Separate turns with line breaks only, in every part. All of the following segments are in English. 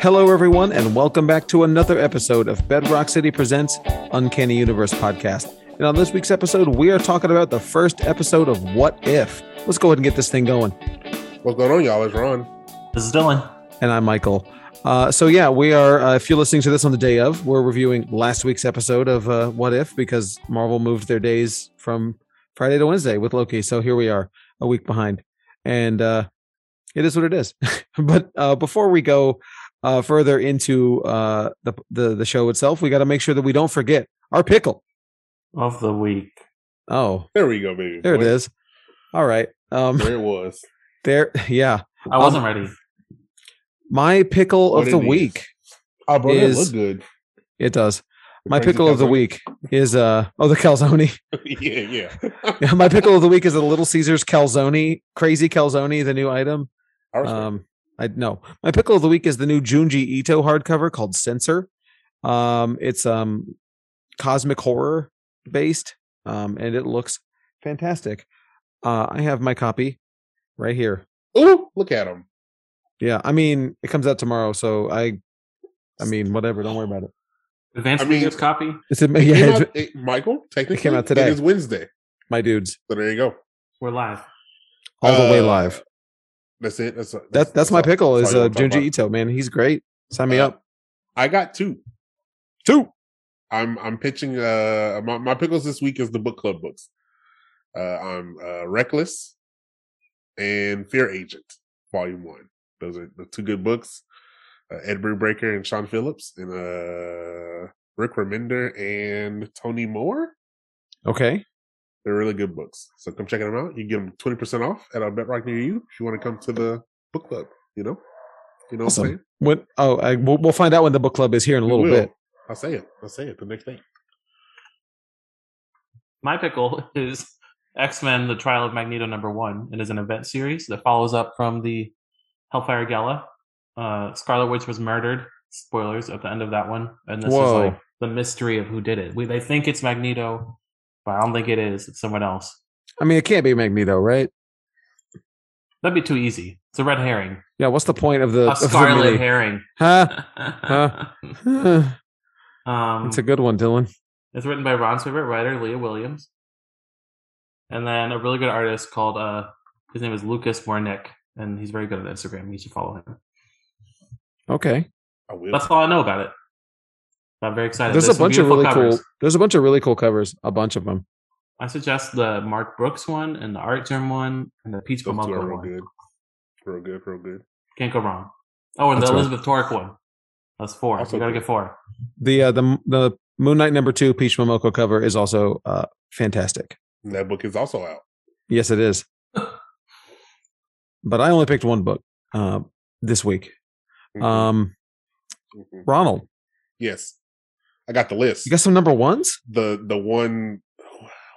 Hello, everyone, and welcome back to another episode of Bedrock City Presents Uncanny Universe Podcast. And on this week's episode, we are talking about the first episode of What If. Let's go ahead and get this thing going.
What's going on, y'all? It's Ron.
This is Dylan.
And I'm Michael. Uh, so, yeah, we are, uh, if you're listening to this on the day of, we're reviewing last week's episode of uh, What If because Marvel moved their days from Friday to Wednesday with Loki. So here we are, a week behind. And uh, it is what it is. but uh, before we go uh, further into uh, the, the, the show itself, we got to make sure that we don't forget our pickle.
Of the week.
Oh,
There we go, baby.
there it is. All right. Um,
There it was.
there, yeah.
I wasn't ready.
My pickle
What
of the
it is.
week.
Oh, bro, it
Is-
looked good.
It does. My
Crazy
pickle of the
cousin.
week is uh oh the calzone.
yeah, yeah.
Yeah, My pickle of the week is a Little Caesars calzone, crazy calzone, the new item.
I respect
Um, I no, my pickle of the week is the new Junji Ito hardcover called Censor. Um, it's um cosmic horror based, um, and it looks fantastic. Uh, I have my copy right here.
it. Ooh, look at him.
Yeah, I mean it comes out tomorrow, so I, I mean whatever. Don't worry about it.
Advanced
I mean-
Reader's copy.
It's a,
It
yeah,
came
it's-
out- it- Michael, technically,
out today.
It is Wednesday.
my dudes,
So there you go.
We're live.
all the way
Uh,
live.
That's it. That's that's,
That, that's my
all-
pickle
that's
is
all you
uh,
wanna talk
Junji
about.
Ito, man. He's great. Sign me
Uh,
up.
I got two.
Two.
I'm I'm pitching. Uh, my, my pickles this week is the book club books. Uh, I'm uh, Reckless and Fear Agent, Volume One. Those are the two good books. Uh, Ed Brubaker and Sean Phillips, and uh, Rick Remender and Tony Moore.
Okay.
They're really good books. So come check them out. You can get them twenty percent off at a Rock near you if you want to come to the book club. You know, you know
Awesome.
what I'm saying.
When oh, I, we'll, we'll find out when the book club is here in a
We
little
will.
bit.
I'll say it. I'll say it the next thing.
My pickle is X Men: The Trial of Magneto Number One. It is an event series that follows up from the Hellfire Gala. Uh, Scarlet Witch was murdered. Spoilers at the end of that one, and this
Whoa.
is like the mystery of who did it. We, they think it's Magneto, but I don't think it is. It's someone else.
I mean, it can't be Magneto, right?
That'd be too easy. It's a red herring,
Yeah. What's the point of the
a
of the
scarlet
mini-
herring.
Huh? Huh.
um,
It's a good one, Dylan.
It's written by Ron's favorite writer, Leah Williams. And then a really good artist called uh his name is Lucas Warnick, and he's very good on Instagram. You should follow him.
Okay.
I will.
That's all I know about it. I'm very excited.
There's, a
some
bunch of
beautiful
really
covers.
cool. There's a bunch of really cool covers. A bunch of them.
I suggest the Mark Brooks one and the Art Germ one and the Peach
Those two are
Momoko
real
one.
good. Real good, real good.
Can't go wrong. Oh, and
That's
the
right.
Elizabeth Torek one. That's four.
Also
we gotta
good.
get four.
The uh, the the Moon Knight number two Peach Momoko cover is also uh, fantastic.
And that book is also out.
Yes, it is. but I only picked one book uh, this week.
Mhm,
Um,
mhm.
Ronald,
yes, I got the list.
you got some number ones.
the the one.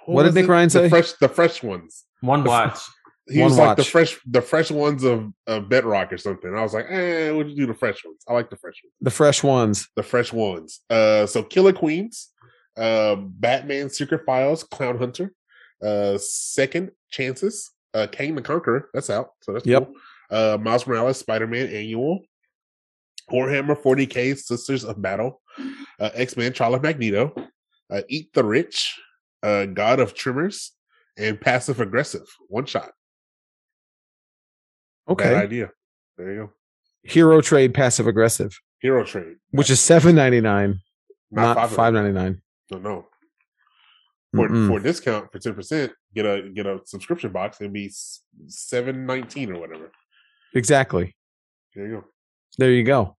What did
was
Nick Ryan
The
say?
Fresh, the fresh ones.
One watch.
He
One
was like the
watch.
fresh, the fresh ones of, of Bedrock or something. I was like, eh, would you do the fresh ones? I like the fresh ones.
the fresh ones.
The fresh ones. Uh, so Killer Queens, uh, Batman Secret Files, Clown Hunter, uh, Second Chances, uh, Kane the Conqueror. That's out. So that's
Yep.
cool. Uh, Miles Morales, Spider Man Annual, Warhammer 40k, Sisters of Battle, uh, X Men, Trial of Magneto, uh, Eat the Rich, uh, God of Trimmers, and Passive Aggressive. One shot. Bad
Okay.
idea. There you go.
Hero Trade Passive Aggressive,
Hero Trade.
which is seven ninety nine, not five
five.
ninety nine.
No, no. For for a discount for ten percent, get a get a subscription box. It'd be seven nineteen or whatever.
Exactly.
There you go.
There you go.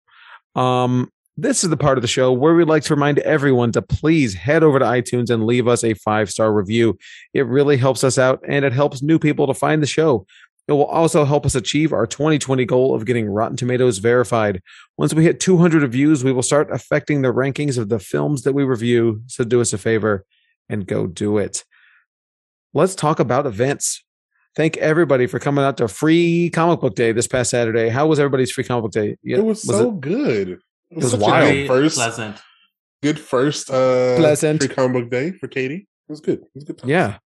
Um, this is the part of the show where we'd like to remind everyone to please head over to iTunes and leave us a five star review. It really helps us out and it helps new people to find the show. It will also help us achieve our 2020 goal of getting Rotten Tomatoes verified. Once we hit 200 reviews, we will start affecting the rankings of the films that we review. So do us a favor and go do it. Let's talk about events. Thank everybody for coming out to Free Comic Book Day this past Saturday. How was everybody's Free Comic Book Day? Yeah,
it was,
was
so good. It
was
such a
wild.
good first
pleasant.
good first uh
Pleasant.
free comic book day for Katie. It was good. It was a good time.
Yeah.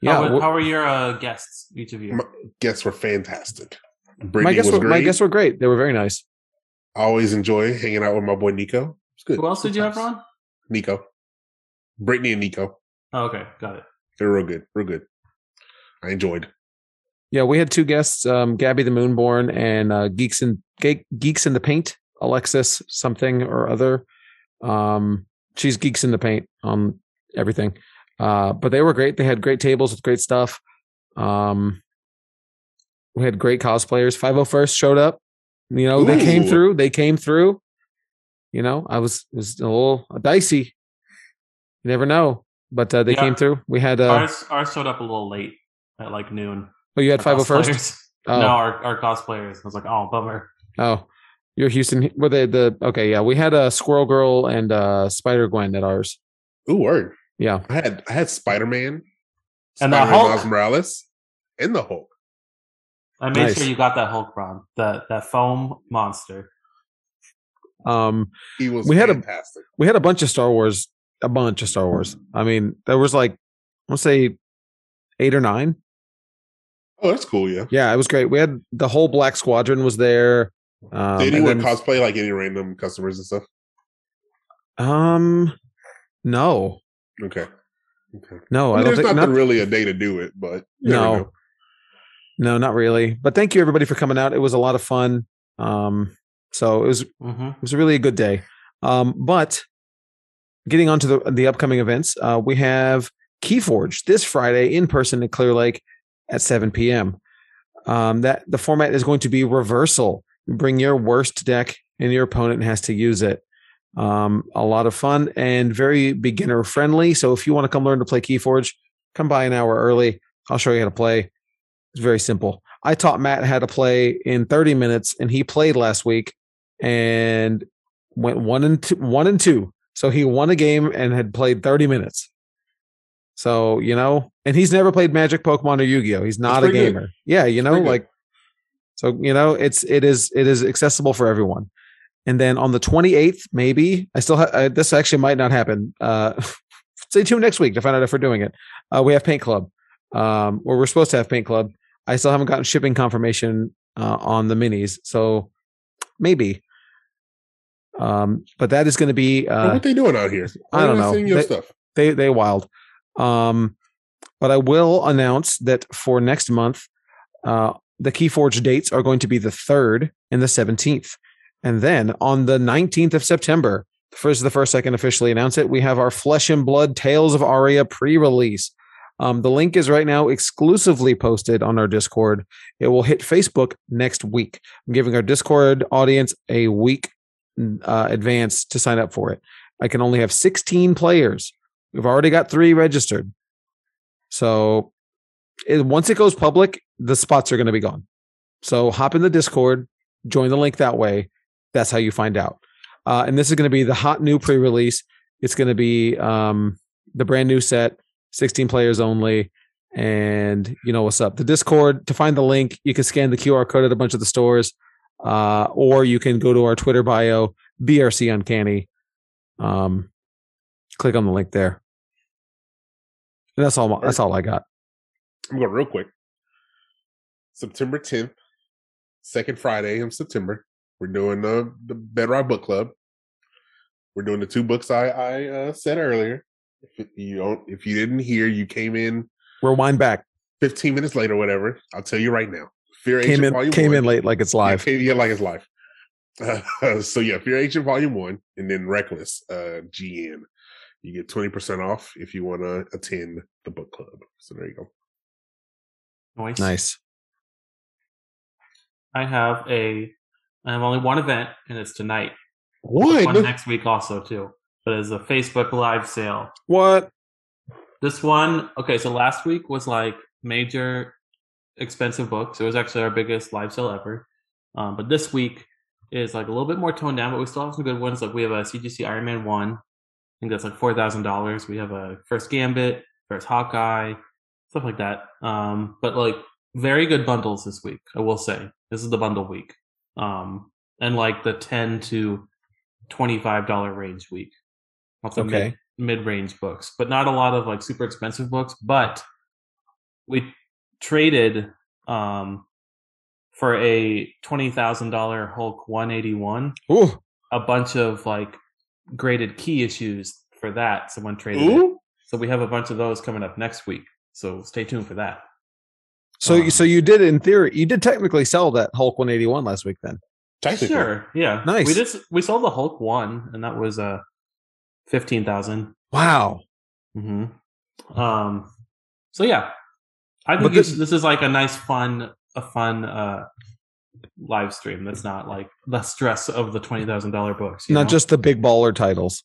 Yeah.
how, were-
well,
how were your uh, guests, each of you?
My- Guests were fantastic.
my
Brittany
guests
was
were
great.
my guests were great. They were very nice.
I always enjoy hanging out with my boy Nico. It's good.
Who else did you have,
Sometimes.
Ron?
Nico, Brittany, and Nico.
Oh, okay, got it.
They're real good. Real good. I enjoyed.
Yeah, we had two guests, um, Gabby the Moonborn and uh, Geeks in Ge- Geeks in the Paint, Alexis something or other. Um, she's Geeks in the Paint on everything. Uh, but they were great. They had great tables with great stuff. Um, we had great cosplayers. 501st showed up. You know, they came
Ooh.
through. They came through. You know, I was it was a little dicey. You never know. But uh, they
Yeah.
came through. We had uh,
ours ours showed up a little late at like noon.
oh, you had 501st?
Cosplayers.
Oh.
No, our, our cosplayers. I was like, oh, bummer.
Oh, you're Houston. Were they the okay? Yeah, we had a Squirrel Girl and uh Spider Gwen at ours.
Ooh, word.
Yeah,
I had I had Spider Man, Spider
And the
Man
Hulk.
Miles Morales, and the Hulk.
I made
Nice.
sure you got that Hulk, Ron. That that foam monster.
um,
He was
We had a-
fantastic.
we had a bunch of Star Wars, a bunch of Star Wars. I mean, there was like, I'll say, eight or nine.
oh, that's cool. Yeah.
Yeah, it was great. We had the whole Black Squadron was there. Um,
Did
and
anyone
then-
cosplay like any random customers and stuff?
um, no,
Okay. Okay.
no, Oh,
I
I don't
mean, there's
think
nothing
not,
really a day to do it, but you never
No.
know.
no, not really. But thank you everybody for coming out. It was a lot of fun. Um, so it was
hmm
It was really a good day. Um, but getting on to the, the upcoming events, uh, we have Keyforge this Friday in person at Clear Lake at 7 p.m. Um, that the format is going to be reversal. You bring your worst deck, and your opponent has to use it. Um, a lot of fun and very beginner friendly. So if you want to come learn to play Keyforge, come by an hour early. I'll show you how to play. It's very simple. I taught Matt how to play in 30 minutes, and he played last week and went one and two, one and two. So he won a game and had played 30 minutes. So you know, and he's never played Magic, Pokemon, or Yu Gi Oh. He's not a
pretty good.
gamer. Yeah, you know,
pretty good.
like so you know, it's it is it is accessible for everyone. And then on the 28th, maybe I still have uh, this actually might not happen. Uh, stay tuned next week to find out if we're doing it. Uh, we have Paint Club, um, where we're supposed to have Paint Club. I still haven't gotten shipping confirmation uh, on the minis, so maybe. Um, but that is going to be
Bro,
uh,
what they doing out here?
I don't
Why are they
know.
seeing Your
They-
stuff.
they they wild. Um, but I will announce that for next month, uh, the KeyForge dates are going to be the third and the seventeenth, and then on the nineteenth of September, first the first I can officially announce it. We have our Flesh and Blood Tales of Aria pre-release. Um, the link is right now exclusively posted on our Discord. It will hit Facebook next week. I'm giving our Discord audience a week uh, advance to sign up for it. I can only have 16 players. We've already got three registered. So it, once it goes public, the spots are going to be gone. So hop in the Discord, join the link that way. That's how you find out. Uh, and this is going to be the hot new pre release. It's going to be um, the brand new set, 16 players only. And you know what's up. The Discord, to find the link, you can scan the QR code at a bunch of the stores, uh, or you can go to our Twitter bio, BRC Uncanny. Um, click on the link there. And that's all. That's all I got.
I'm going real quick. September 10th, second Friday of September. We're doing the the Bedrock Book Club. We're doing the two books I I uh, said earlier. If you don't, if you didn't hear, you came in
Rewind back.
15 minutes late or whatever. I'll tell you right now. Fear
Came
Agent
in.
Volume
Came
One.
in late, like it's live.
Yeah, yeah, like it's live. Uh, so yeah, Fear Agent Volume One, and then Reckless uh, GN. You get twenty percent off if you want to attend the book club. So there you go.
Nice.
Nice.
I have a. I have only one event, and it's tonight.
What?
One next week also too, but it's a Facebook Live sale.
What?
This one, okay. So last week was like major expensive books. It was actually our biggest live sale ever. Um, but this week is like a little bit more toned down, but we still have some good ones. Like we have a CGC Iron Man one. I think that's like four thousand dollars. We have a first Gambit, first Hawkeye, stuff like that. Um, but like very good bundles this week. I will say this is the bundle week. Um, and like the ten to twenty five dollar range week. Lots of
Okay.
mid range books, but not a lot of like super expensive books. But we traded um for a twenty thousand dollar Hulk one eighty one,
Ooh,
a bunch of like graded key issues for that. Someone traded it.
Ooh,
So we have a bunch of those coming up next week. So stay tuned for that.
so
Um,
you so you did in theory, you did technically sell that Hulk 181 last week. Then
technically.
Sure. Yeah.
Nice.
We just we sold the Hulk one, and that was uh fifteen thousand.
wow,
Hmm. Um. So yeah, I
But
think
this-
this, this is like a nice, fun, a fun uh live stream. That's not like the stress of the twenty thousand dollar books. you
not
know?
just the big baller titles,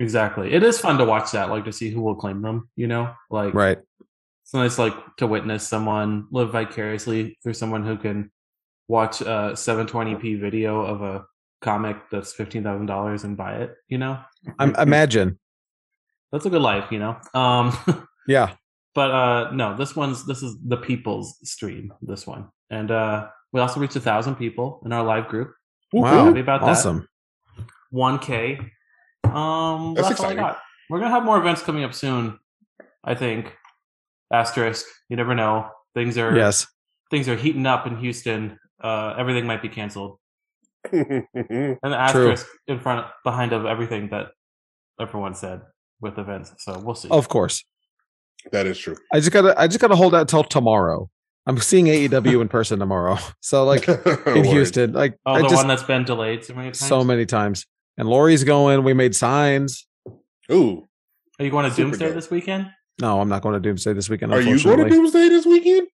exactly. It is fun to watch that, like to see who will claim them. You know, like
right?
it's nice like to witness someone live vicariously through someone who can watch a 720p video of a comic that's $15,000 and buy it, you know?
I'm,
Mm-hmm.
imagine,
That's a good life, you know. Um
yeah,
but uh no, this one's this is the people's stream, this one. And uh we also reached a 1,000 people in our live group.
wow,
Happy about that.
awesome.
1k. Um
That's
that's,
exciting.
all I got. We're going to have more events coming up soon, I think. Asterisk, you never know. Things are
Yes,
things are heating up in Houston. Uh, everything might be canceled, and the
True.
asterisk in front behind of everything that everyone said with events. So we'll see.
of course.
that is true.
I just gotta I just gotta hold out till tomorrow. I'm seeing AEW in person tomorrow, so like in
Word.
Houston, like
oh,
I
the
just
one that's been delayed so many times.
so many times. And Lori's going. We made signs.
Ooh,
Are you going to
Super
Doomsday
dope.
this weekend?
No, I'm not going to Doomsday this weekend.
are you going
unfortunately.
to Doomsday this weekend?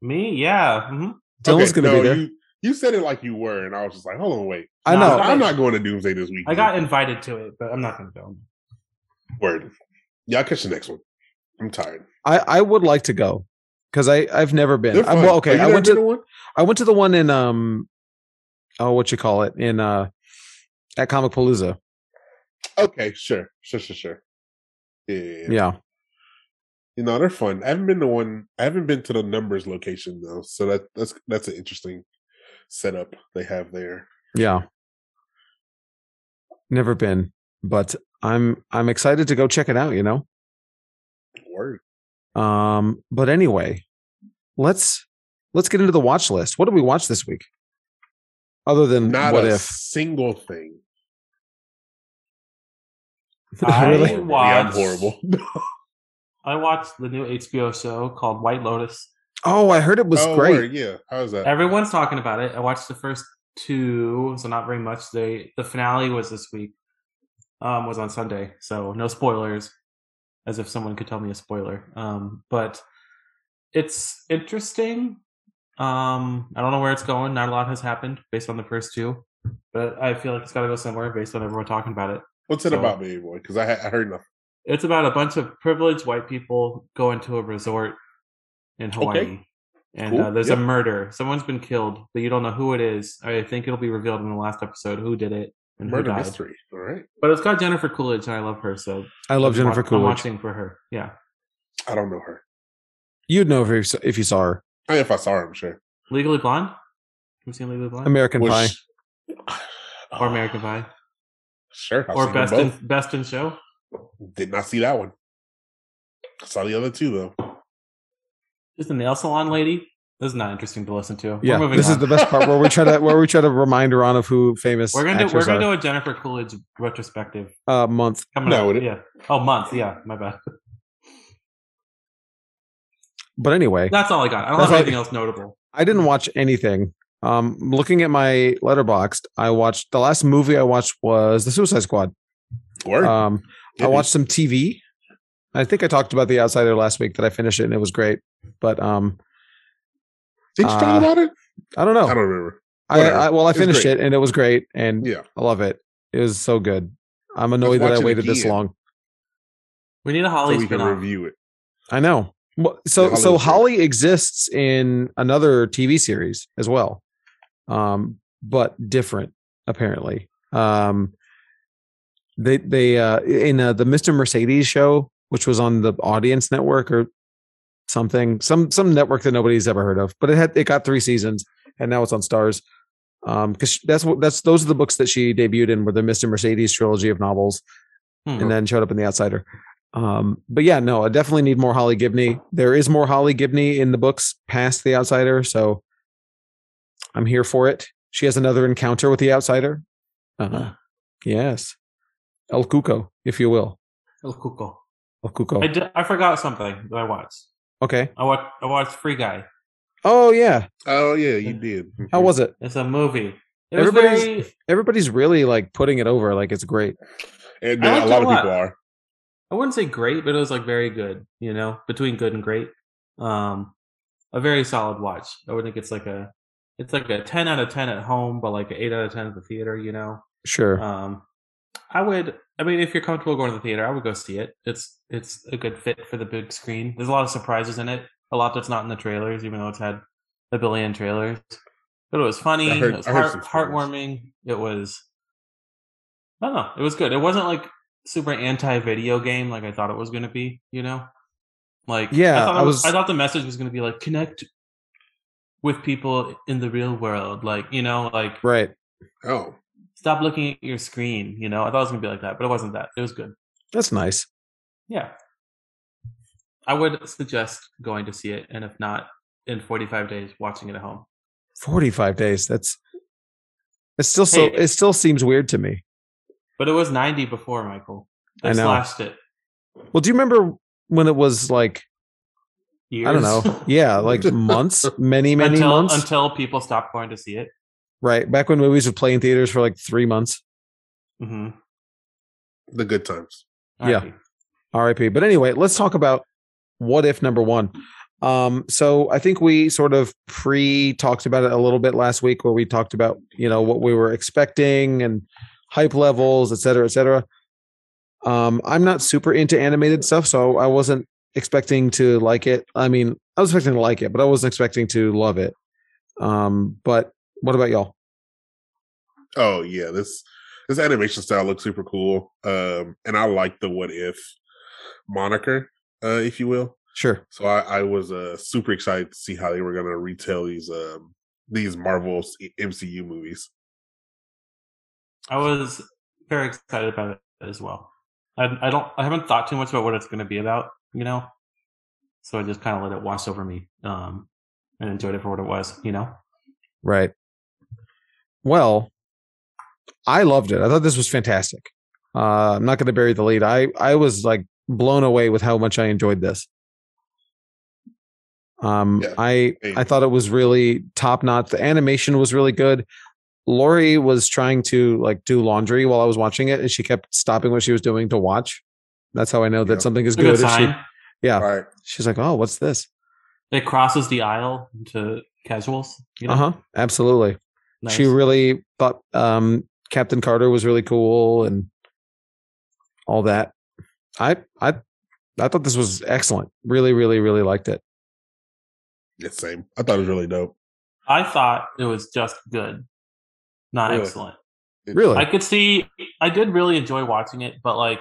Me, yeah. hmm
Dylan's going
Okay,
to
no,
be there.
You, you said it like you were, and I was just like, hold on, wait.
I
No,
know.
Okay.
I'm not going to Doomsday this weekend.
I got invited to it, but I'm not going to go.
word. Y'all catch the next one. I'm tired.
I, I would like to go because I I've never been.
They're
I,
fun.
well,
Are
okay,
you
I
there
went
the
to
one?
I went to the one in um, oh what you call it in uh, at Comic Palooza.
Okay, sure, sure, sure, sure. Yeah, yeah, yeah.
Yeah,
You know they're fun. I haven't been to one. I haven't been to the numbers location though, so that that's that's an interesting setup they have there.
yeah. Never been, but I'm I'm excited to go check it out. You know.
Word.
Um, but anyway, let's let's get into the watch list. What did we watch this week? Other than
Not
Mm, what
a
if?
single thing.
I
Really?
Horrible. Yeah, I'm
watched.
horrible.
I watched the new HBO show called White Lotus.
Oh, I heard it was
Oh,
great.
word, yeah. How's that?
Everyone's talking about it. I watched the first two, so not very much. They the finale was this week, um, was on Sunday, so no spoilers. As if someone could tell me a spoiler, um, but it's interesting. Um, I don't know where it's going. Not a lot has happened based on the first two, but I feel like it's got to go somewhere based on everyone talking about it.
What's it
So-
about, baby boy? Because I, ha- I heard nothing.
It's about a bunch of privileged white people going to a resort in Hawaii. And
Cool.
uh, there's
Yep.
a murder. Someone's been killed, but you don't know who it is. I think it'll be revealed in the last episode who did it and
Murder
who died.
mystery. All right.
But it's got Jennifer Coolidge, and I love her. So
I love
I'm wa-
Jennifer
I'm
Coolidge.
watching for her. Yeah,
I don't know her.
You'd know if you, s- if you saw her.
I mean, if I saw her, I'm sure.
Legally Blonde. Have you seen Legally Blonde
American
Was
Pie.
she-
or American Pie
Sure. I've
or
seen them
Best in Best in Show?
both. Did not see that one. I saw the other two though.
Is the nail salon lady? This is not interesting to listen to.
yeah,
we're moving
this
on.
is the best part where we try to where we try to remind Ron of who famous
we're gonna do, we're
actors
gonna
are.
do a Jennifer Coolidge retrospective
uh, month.
coming
No,
up.
it-
Yeah. Oh, month. Yeah, my bad.
But anyway,
That's all I got. I don't
That's
have
all-
anything else notable.
I didn't watch anything. Um, looking at my letterboxed, I watched the last movie I watched was The Suicide Squad.
Word.
Um, I
Did
watched some TV. I think I talked about The Outsider last week that I finished it and it was great. But um,
Did you
uh,
talk about it?
I don't
I
know.
don't remember.
I,
whatever.
I well, I
It was
finished
great.
it and it was great, and
Yeah.
I love it. It was so good. I'm annoyed that I
watch it
waited this
again.
long.
We need a
So
Holly
we can
spin-off.
review it.
I know. Well,
Yeah,
So
Holly
so
was great.
Holly exists in another TV series as well, um, but different apparently. Um, they they uh, in uh, the Mister Mercedes show, which was on the Audience Network or something, some some network that nobody's ever heard of, but it had it got three seasons and now it's on Stars. Um, because that's what that's those are the books that she debuted in were the Mister Mercedes trilogy of novels
Hmm.
and then showed up in The Outsider. Um, but yeah, no, I definitely need more Holly Gibney. There is more Holly Gibney in the books past The Outsider, so I'm here for it. She has another encounter with the outsider. Uh, yes. El Cuco, if you will.
El Cuco.
El
I,
Cuco.
did, I forgot something that I watched.
Okay.
I watched, I watched Free Guy.
Oh, yeah.
Oh yeah, you did.
Mm.
How was it?
It's a movie. It
Everybody's-
was very,
Everybody's really like putting it over. Like it's great.
And
I
uh,
liked
a
it
lot
a
of
lot.
people are.
I wouldn't say great, but it was like very good, you know, between good and great. Um, a very solid watch. I would think it's like a, it's like a 10 out of 10 at home, but like an 8 out of 10 at the theater, you know?
Sure.
Um, I would, I mean, if you're comfortable going to the theater, I would go see it. It's, it's a good fit for the big screen. There's a lot of surprises in it. A lot that's not in the trailers, even though it's had a billion trailers. But it was funny.
I heard-
it was
I heard
heart,
some spoilers.
heartwarming. It was, I don't know. It was good. It wasn't like super anti video game like I thought it was going to be, you know? Like,
Yeah,
I thought,
I
it
was-
I thought the message was going to be like, connect with people in the real world. Like, you know, like,
right.
Oh,
stop looking at your screen. You know, I thought it was gonna be like that, but it wasn't that. It was good.
That's nice.
Yeah, I would suggest going to see it, and if not, in 45 days, watching it at home.
45 days. That's it's still so
Hey.
it still seems weird to me.
But it was 90 before Michael. They
I know.
slashed it.
Well, do you remember when it was like
Years.
I don't know. Yeah, like months, many many
until
months.
until people stopped going to see it.
right. Back when movies would play in theaters for like 3 months.
Mm-hmm.
the good times.
Yeah. RIP. But anyway, let's talk about what if number one. Um, so I think we sort of pre talked about it a little bit last week where we talked about, you know, what we were expecting and hype levels, et cetera, et cetera. Um, I'm not super into animated stuff, so I wasn't expecting to like it. I mean, I was expecting to like it, but I wasn't expecting to love it. Um, but what about y'all?
Oh yeah, this this animation style looks super cool. Um, and I like the what if moniker, uh, if you will.
Sure.
So I, I was uh, super excited to see how they were gonna retell these um these Marvel E, MCU movies.
I was very excited about it as well. I, I don't. I haven't thought too much about what it's going to be about, you know. So I just kind of let it wash over me um, and enjoyed it for what it was, you know.
Right. Well, I loved it. I thought this was fantastic. Uh, I'm not going to bury the lead. I I was like blown away with how much I enjoyed this. Um,
Yeah.
I I thought it was really top notch. The animation was really good. Lori was trying to like do laundry while I was watching it, and she kept stopping what she was doing to watch. That's how I know
Yeah.
that something is
It's a good,
good. if she,
sign.
Yeah.
Right.
she's like, "Oh, what's this?"
It crosses the aisle to casuals. You know?
Uh
Uh-huh.
huh. Absolutely.
Nice.
she really thought um, Captain Carter was really cool and all that. I I I thought this was excellent. Really, really, really liked it.
Yeah, same. I thought it was really dope.
I thought it was just good, not
Really?
excellent.
It-
Really,
I could see. I did really enjoy watching it, but like,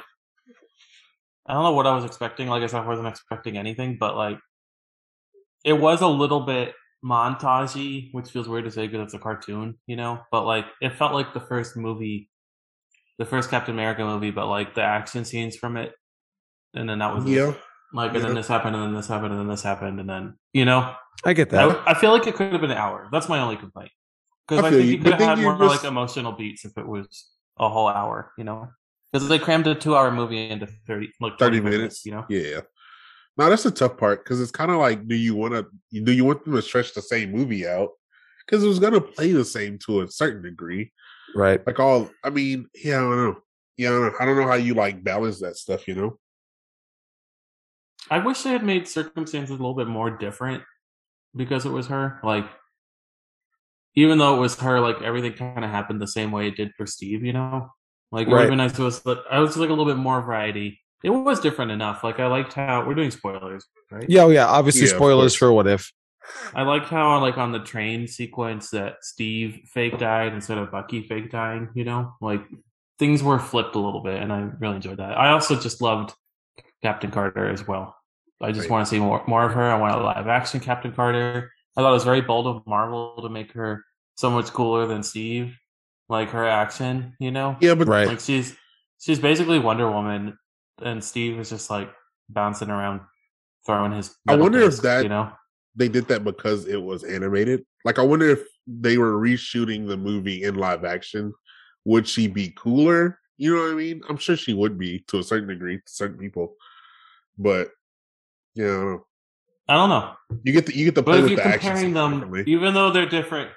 I don't know what I was expecting. Like I said, I wasn't expecting anything, but like, it was a little bit montagey, which feels weird to say because it's a cartoon, you know. But like, it felt like the first movie, the first Captain America movie, but like the action scenes from it, and then that was it.
Yeah.
Like, and then
Yeah.
this happened, and then this happened, and then this happened, and then you know,
I get that.
I, I feel like it could have been an hour. That's my only complaint. Because
I
I,
feel
think
you,
you could
but then
have had
you
more
just-
like emotional beats if it was a whole hour, you know? Because they crammed a two-hour movie into thirty, like
30
25
minutes.
you know?
Yeah. Now that's the tough part because it's kind of like, do you want to do you want them to stretch the same movie out? Because it was gonna play the same to a certain degree.
right.
Like all, I mean, yeah, I don't know. Yeah, I don't know, I don't know how you like balance that stuff. You know,
I wish they had made circumstances a little bit more different because it was her. Like, even though it was her, like everything kind of happened the same way it did for Steve, you know? Like, it would
Right.
have been nice if it was, like, I was like a little bit more variety. It was different enough. Like, I liked how we're doing spoilers, right?
Yeah, oh, yeah. Obviously,
Yeah, of
spoilers
course.
for what if.
I liked how uh, like on the train sequence that Steve fake died instead of Bucky fake dying, you know? Like things were flipped a little bit and I really enjoyed that. I also just loved Captain Carter as well. I just
Right.
want to see more more of her. I want a live action Captain Carter. I thought it was very bold of Marvel to make her so much cooler than Steve. Like her action, you know?
yeah, but
Right.
Like she's she's basically Wonder Woman and Steve is just like bouncing around throwing his
I
metal
wonder if
discs,
that-
you know
they did that because it was animated. Like I wonder if they were reshooting the movie in live action, would she be cooler? You know what I mean? I'm sure she would be to a certain degree to certain people, but yeah, I don't know.
I don't know.
You get the you get to play
But if
with
you're
the action.
comparing them,
differently.
even though they're different,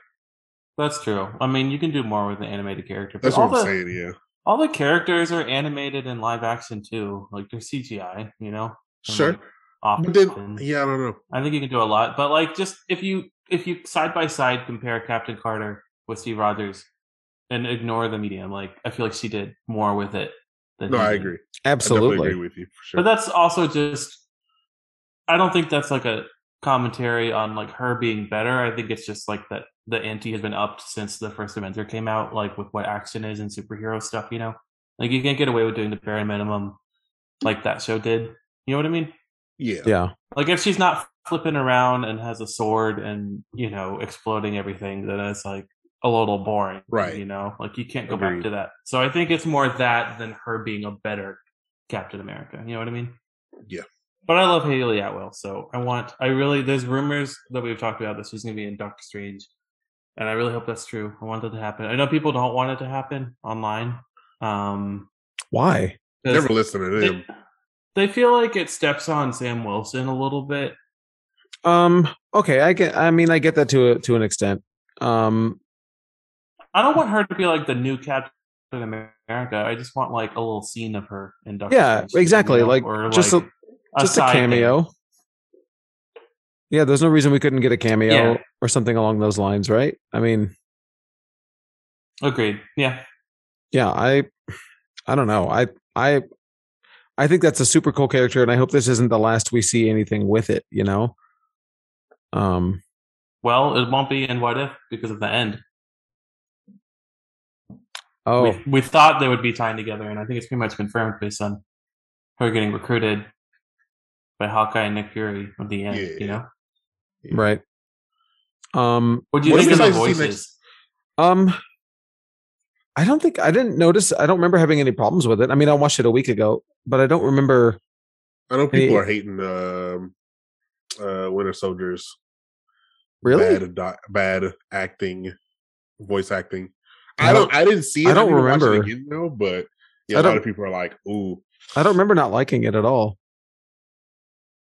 that's true. I mean, you can do more with an animated character. But
That's
all
what I'm
the
saying. Yeah,
all the characters are animated in live action too. Like they're CGI, you know. And,
sure.
like, often.
But then, yeah, I don't know.
I think you can do a lot, but like just if you if you side by side compare Captain Carter with Steve Rogers and ignore the medium, like I feel like she did more with it. Than
No,
he
I
did.
agree. I
Absolutely.
definitely agree with you for sure.
Mm-hmm. But that's also just I don't think that's like a commentary on like her being better. I think it's just like that the ante has been upped since the first Avenger came out, like with what action is and superhero stuff, you know? Like you can't get away with doing the bare minimum like that show did. You know what I mean?
yeah.
Yeah.
Like if she's not flipping around and has a sword and, you know, exploding everything, then it's like a little boring.
Right.
You know, like you can't go
Agreed.
back to that. So I think it's more that than her being a better Captain America. You know what I mean?
Yeah.
But I love Haley Atwell, so I want I really there's rumors that we've talked about that she's gonna be in Doctor Strange. And I really hope that's true. I want that to happen. I know people don't want it to happen online. Um
Why?
'cause-
Never listen to them.
they, they feel like it steps on Sam Wilson a little bit.
Um. Okay. I get. I mean, I get that to a, to an extent. Um.
I don't want her to be like the new Captain America. I just want like a little scene of her in Doctor.
Yeah,
Strange,
exactly, like, just a- Just a
side thing.
cameo. Yeah. There's no reason we couldn't get a cameo
Yeah.
or something along those lines, right? I mean,
Agreed. Yeah,
yeah. I. I don't know. I. I. I think that's a super cool character, and I hope this isn't the last we see anything with it. You know. Um.
Well, it won't be in What If because of the end.
Oh.
We, we thought they would be tying together, and I think it's pretty much confirmed based on her getting recruited by Hawkeye and Nick Fury at the end.
Yeah.
You know,
Right. Um.
what do you
What
think
if
of
we
the
like to see
voices?
Um, I don't think I didn't notice. I don't remember having any problems with it. I mean, I watched it a week ago, but I don't remember.
I know
Hey.
people are hating um, uh, Winter Soldiers.
Really?
bad, ado- bad acting, voice acting.
I
I don't. I didn't see it.
I don't
didn't watch it
remember.
again, though, but yeah,
I
a lot
don't-
of people are like, "Ooh,
I don't remember not liking it at all.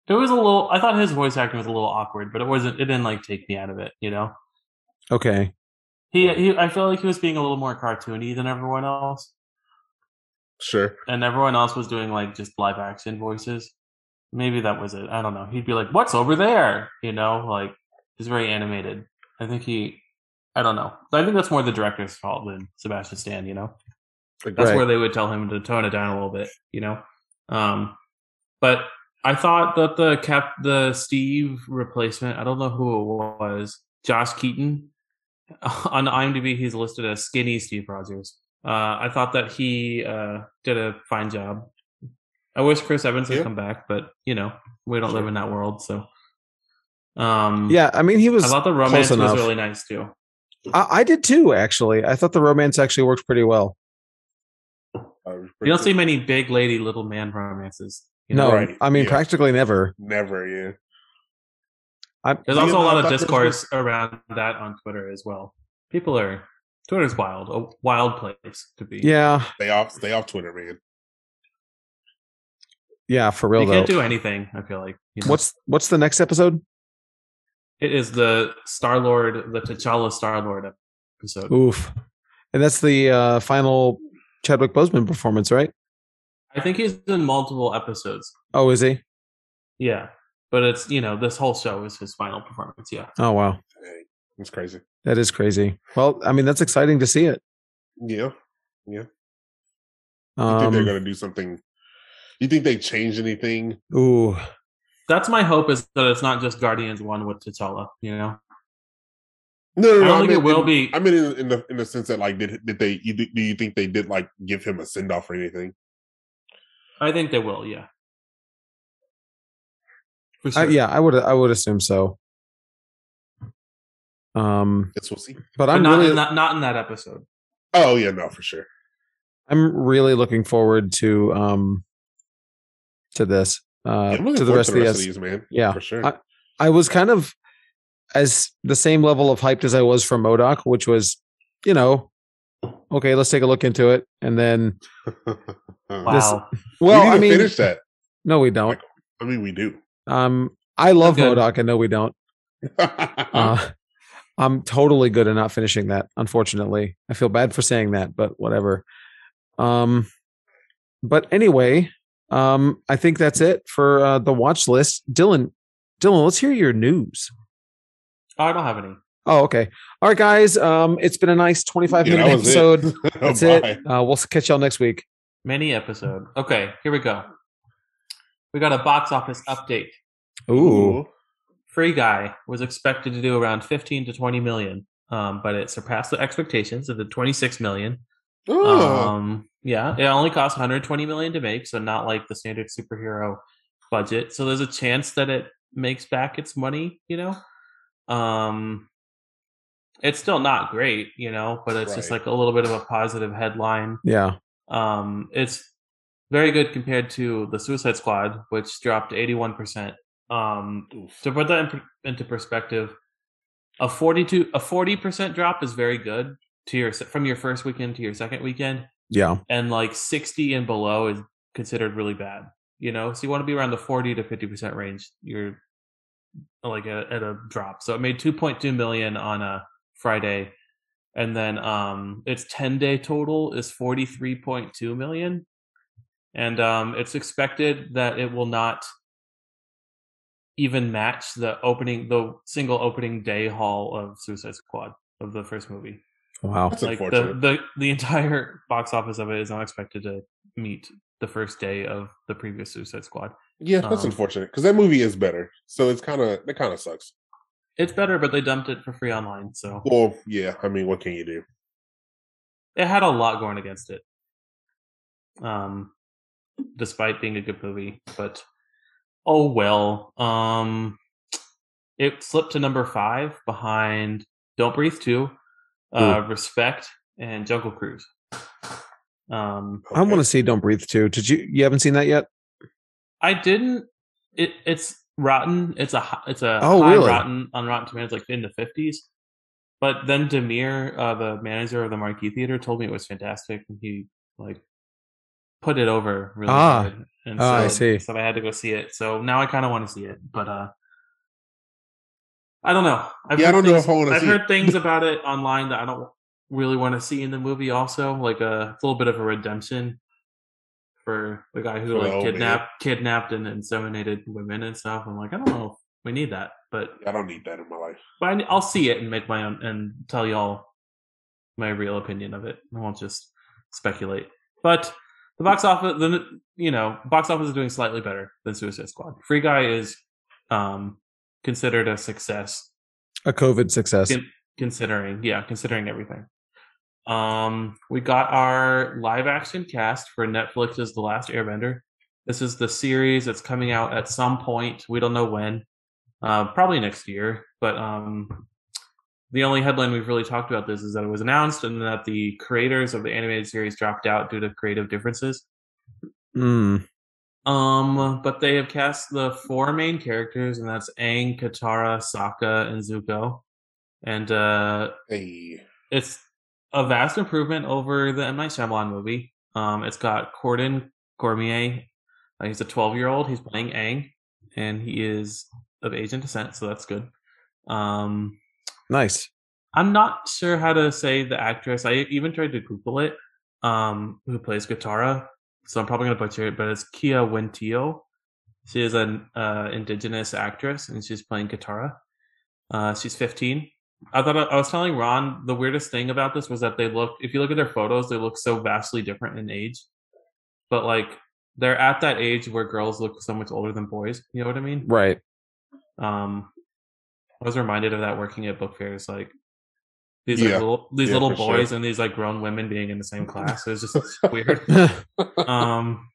It was a little. I thought his voice acting was a little awkward, but it wasn't. It didn't like take me out of it. You know.
Okay.
He, he, I feel like he was being a little more cartoony than everyone else,
sure."
and everyone else was doing like just live action voices. Maybe that was it. I don't know. He'd be like, "What's over there?" You know, like he's very animated. I think he, I don't know. I think that's more the director's fault than Sebastian Stan. You know, that's
Right.
where they would tell him to tone it down a little bit. You know, um, but I thought that the cap, the Steve replacement. I don't know who it was. Josh Keaton on IMDb, he's listed as skinny Steve Rogers. Uh, I thought that he uh, did a fine job. I wish Chris Evans had
Yeah.
come back, but you know we don't live
Sure.
in that world, so. Um,
Yeah. I mean, he
I
was. I,
thought the romance was
enough.
really nice too.
I did too. Actually, I thought the romance actually worked pretty well.
You
You don't see many big lady, little man romances. you know?
No,
Right.
I mean
Yeah.
practically never.
Never, yeah.
I,
There's
Yeah,
also a
no, I
lot
thought
of
this
discourse around that on Twitter as well. People are Twitter's wild, a wild place to be.
yeah,
Stay off, stay off Twitter, man.
yeah, for
you
real though.
can't do anything. I feel like you know?
What's what's the next episode?
It is the Star Lord, the T'Challa Star Lord episode.
Oof, and that's the uh, final Chadwick Boseman performance, right?
I think he's in multiple episodes.
Oh, is he?
Yeah, but it's you know this whole show is his final performance. Yeah,
Oh, wow,
Dang, It's crazy.
that is crazy. Well, I mean, that's exciting to see it.
Yeah, you
Um,
think they're gonna do something? You think they change anything?
Ooh,
that's my hope is that it's not just Guardians One with T'Challa. You know,
No, no,
I
no.
don't think
mean,
it will
in-
be.
I mean, in, in the in the sense that, like, did did they? You, do do you think they did like give him a send off or anything?
I think they will. Yeah, for
I,
sure.
yeah, I would. I would assume so. Um,
Guess we'll see.
but
But
I'm
not,
really,
in that, not in that episode.
Oh yeah, no, for sure.
I'm really looking forward to um, to this,
Yeah,
uh,
I'm looking
to the
forward
rest of the,
these, man.
yeah.
for sure.
I- I was kind of as the same level of hyped as I was for Modoc, which was, you know, okay, let's take a look into it, and then
wow.
Wow.
well,
we need
I
to
mean,
finish that.
no, we don't.
I mean, we do.
Um, I love
good.
Modoc, and no, we don't. Uh, I'm totally good at not finishing that. Unfortunately, I feel bad for saying that, but whatever. Um, but anyway, um, I think that's it for uh, the watch list. Dylan, Dylan, let's hear your news.
oh, I don't have any.
Oh, okay. All right, guys. Um, it's been a nice 25
Yeah,
minute
that was it. Oh,
episode. That's
Bye.
it. Uh, we'll catch y'all next week.
Mini episode. Okay, here we go. We got a box office update.
Ooh.
Free Guy was expected to do around 15 to 20 million, um, but it surpassed the expectations of the 26 million.
Oh.
Um, yeah, it only cost 120 million to make, so not like the standard superhero budget. So there's a chance that it makes back its money, you know. Um, it's still not great, you know, but it's just
Right.
like a little bit of a positive headline.
Yeah.
Um, it's very good compared to the Suicide Squad, which dropped 81%. Um,
Oof.
to put that in, per- into perspective, a 42 a 40% drop is very good to your se- from your first weekend to your second weekend
Yeah.
and like 60 and below is considered really bad, you know? So you want to be around the 40 to 50% range. You're like a, at a drop. So it made 2.2 million on a Friday. And then um its 10 day total is 43.2 million. And um it's expected that it will not even match the opening the single opening day haul of Suicide Squad of the first movie
Wow.
Oh, That's
like the,
unfortunate.
the the entire box office of it is not expected to meet the first day of the previous Suicide Squad.
yeah, that's
um,
unfortunate because that movie is better. So it's kind of that kind of sucks.
It's better, but they dumped it for free online, so
Well, yeah. I mean, what can you do?
it had a lot going against it. Um, despite being a good movie, but oh well. Um, it slipped to number five behind Don't Breathe Two, uh, Respect, and Jungle Cruise. Um,
I want to see Don't Breathe too. Did you? You haven't seen that yet?
I didn't. It, it's rotten. It's a hi- it's a
Oh,
high
really?
rotten on Rotten Tomatoes, like in the fifties. But then Demir, uh, the manager of the Marquee Theater, told me it was fantastic, and he like put it over really
Ah.
good. And
Ah, I
so,
see.
So I had to go see it. So now I kind of want to see it, but uh, I don't know. I've
Yeah, I
heard
don't know
things-
if I wanna
I've
see
heard things about it online that I don't really want to see in the movie. Also, like a, it's a little bit of a redemption for the guy who
For the
like
old man.
kidnapped, kidnapped and inseminated women and stuff. I'm like, I don't know if we need that, but
I don't need that in my life.
but I- I'll see it and make my own and tell y'all my real opinion of it. I won't just speculate. But the box office, the you know, box office is doing slightly better than Suicide Squad. Free Guy is um, considered a success,
A COVID success.
Yep. considering yeah, considering everything. Um, we got our live action cast for Netflix's The Last Airbender. This is the series that's coming out at some point. We don't know when. Uh, probably next year, but um, the only headline we've really talked about this is that it was announced and that the creators of the animated series dropped out due to creative differences.
Mm.
Um, but they have cast the four main characters, and that's Aang, Katara, Sokka, and Zuko. And uh,
Hey,
it's a vast improvement over the M Night Shyamalan movie. Um, it's got Corden Cormier. Uh, he's a 12 year old. He's playing Aang, and he is of Asian descent, so that's good. Um,
Nice.
I'm not sure how to say the actress. I even tried to Google it. Um, who plays Katara? So I'm probably gonna butcher it, but it's Kia Wintio. She is an uh, indigenous actress, and she's playing Katara. Uh, she's 15. I thought I, I was telling Ron the weirdest thing about this was that they look. If you look at their photos, they look so vastly different in age. But like they're at that age where girls look so much older than boys. You know what I mean?
Right.
Um, I was reminded of that working at book fairs, like these
Yeah.
like, little these
Yeah,
little
for
boys and these like grown women being in the same class. It was just weird. Um,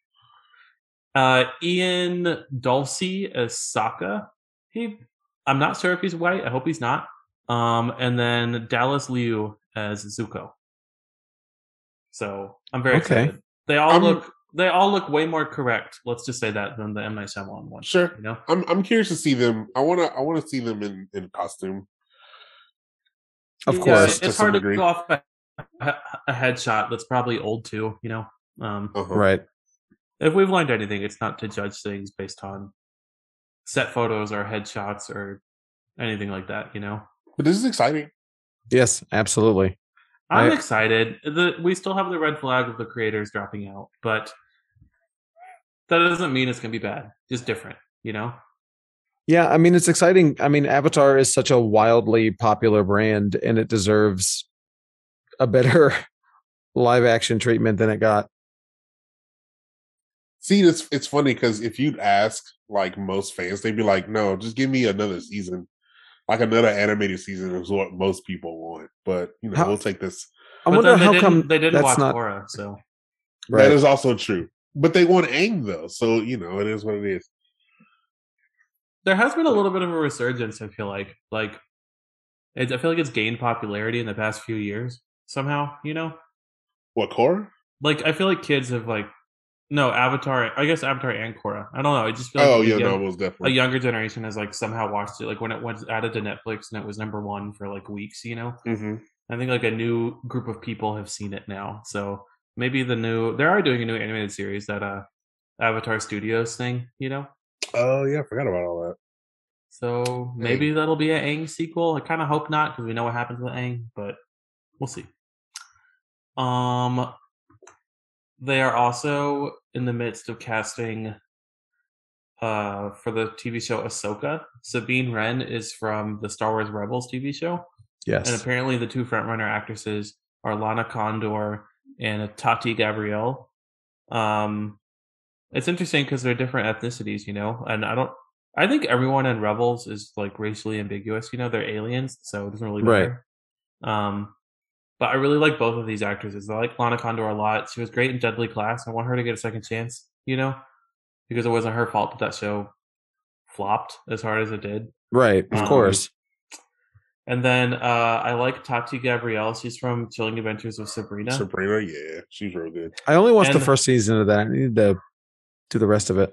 uh, Ian Dulce as Sokka. He, I'm not sure if he's white. I hope he's not. Um, and then Dallas Liu as Zuko. So I'm very
Okay.
excited. They all
I'm-
look they all look way more correct. Let's just say that than the M Night Shyamalan one.
Sure.
You know,
I'm I'm curious to see them. I wanna I wanna see them in in costume.
Of
Yeah,
course.
to
it's
some
hard to
degree.
go off a, a headshot that's probably old too. You know, um,
Uh-huh.
Right.
if we've learned anything, it's not to judge things based on set photos or headshots or anything like that. You know,
But this is exciting.
Yes, absolutely.
I'm
I-
excited. The, we still have the red flag of the creators dropping out, but that doesn't mean it's gonna be bad. Just different, you know.
Yeah, I mean it's exciting. I mean Avatar is such a wildly popular brand and it deserves a better live action treatment than it got.
See, it's it's funny because if you'd ask like most fans, they'd be like, "No, just give me another season, like another animated season is what most people want." But you know,
How-
we'll take this.
I
But
wonder
then they
how
didn't-
come
they didn't
that's
watch
not-
Aura, so
right.
That is also true. But they want Aang though, so you know it is what it is.
there has been a little bit of a resurgence. I feel like, like, it, I feel like it's gained popularity in the past few years somehow. You know,
What core?
like I feel like kids have like, no Avatar. I guess Avatar and Korra. I don't know. I just feel like
Oh
a
yeah, no,
young-
it was
a
definitely.
younger generation has like somehow watched it. Like when it was added to Netflix and it was number one for like weeks. You know,
hmm
I think like a new group of people have seen it now. So maybe the new they are doing a new animated series that uh Avatar Studios thing. You know.
Oh yeah, I forgot about all that.
So maybe that'll be an Aang sequel. I kind of hope not because we know what happens with Aang, but we'll see. Um, they are also in the midst of casting uh for the TV show Ahsoka. Sabine Wren is from the Star Wars Rebels TV show, and
Yes.
apparently the two frontrunner actresses are Lana Condor and Tati Gabrielle. Um, it's interesting because they're different ethnicities, you know. And I don't, I think everyone in Rebels is like racially ambiguous. You know, they're aliens, so it doesn't really matter. Um, but I really like both of these actresses. I like Lana Condor a lot. She was great in Deadly Class. I want her to get a second chance, you know, because it wasn't her fault that that show flopped as hard as it did.
Right, of
Um,
course.
And then uh, I like Tati Gabrielle. She's from Chilling Adventures of Sabrina.
Sabrina, yeah, she's real good.
I only watched the
and-
first season of that. I need to do the rest of it.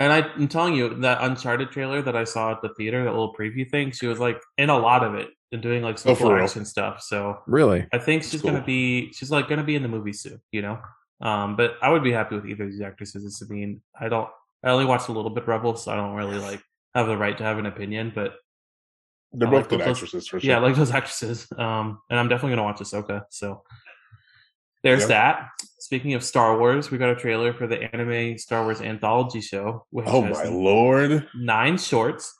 and I, I'm telling you, that Uncharted trailer that I saw at the theater, that little preview thing, she was like in a lot of it and doing like some
Oh, for
cool
real?
action stuff. So
Really?
I think she's
Cool.
gonna be she's like gonna be in the movie soon, you know. Um, but I would be happy with either of these actresses. It's, I mean, I don't. I only watched a little bit Rebels, so I don't really like have the right to have an opinion. But
They're
I
both
like
good
both those-
actresses for sure.
yeah, I like those actresses. Um, and I'm definitely gonna watch Ahsoka. So there's
Yeah.
that. Speaking of Star Wars, we got a trailer for the anime Star Wars anthology show. Which
oh
has
my lord!
Nine shorts.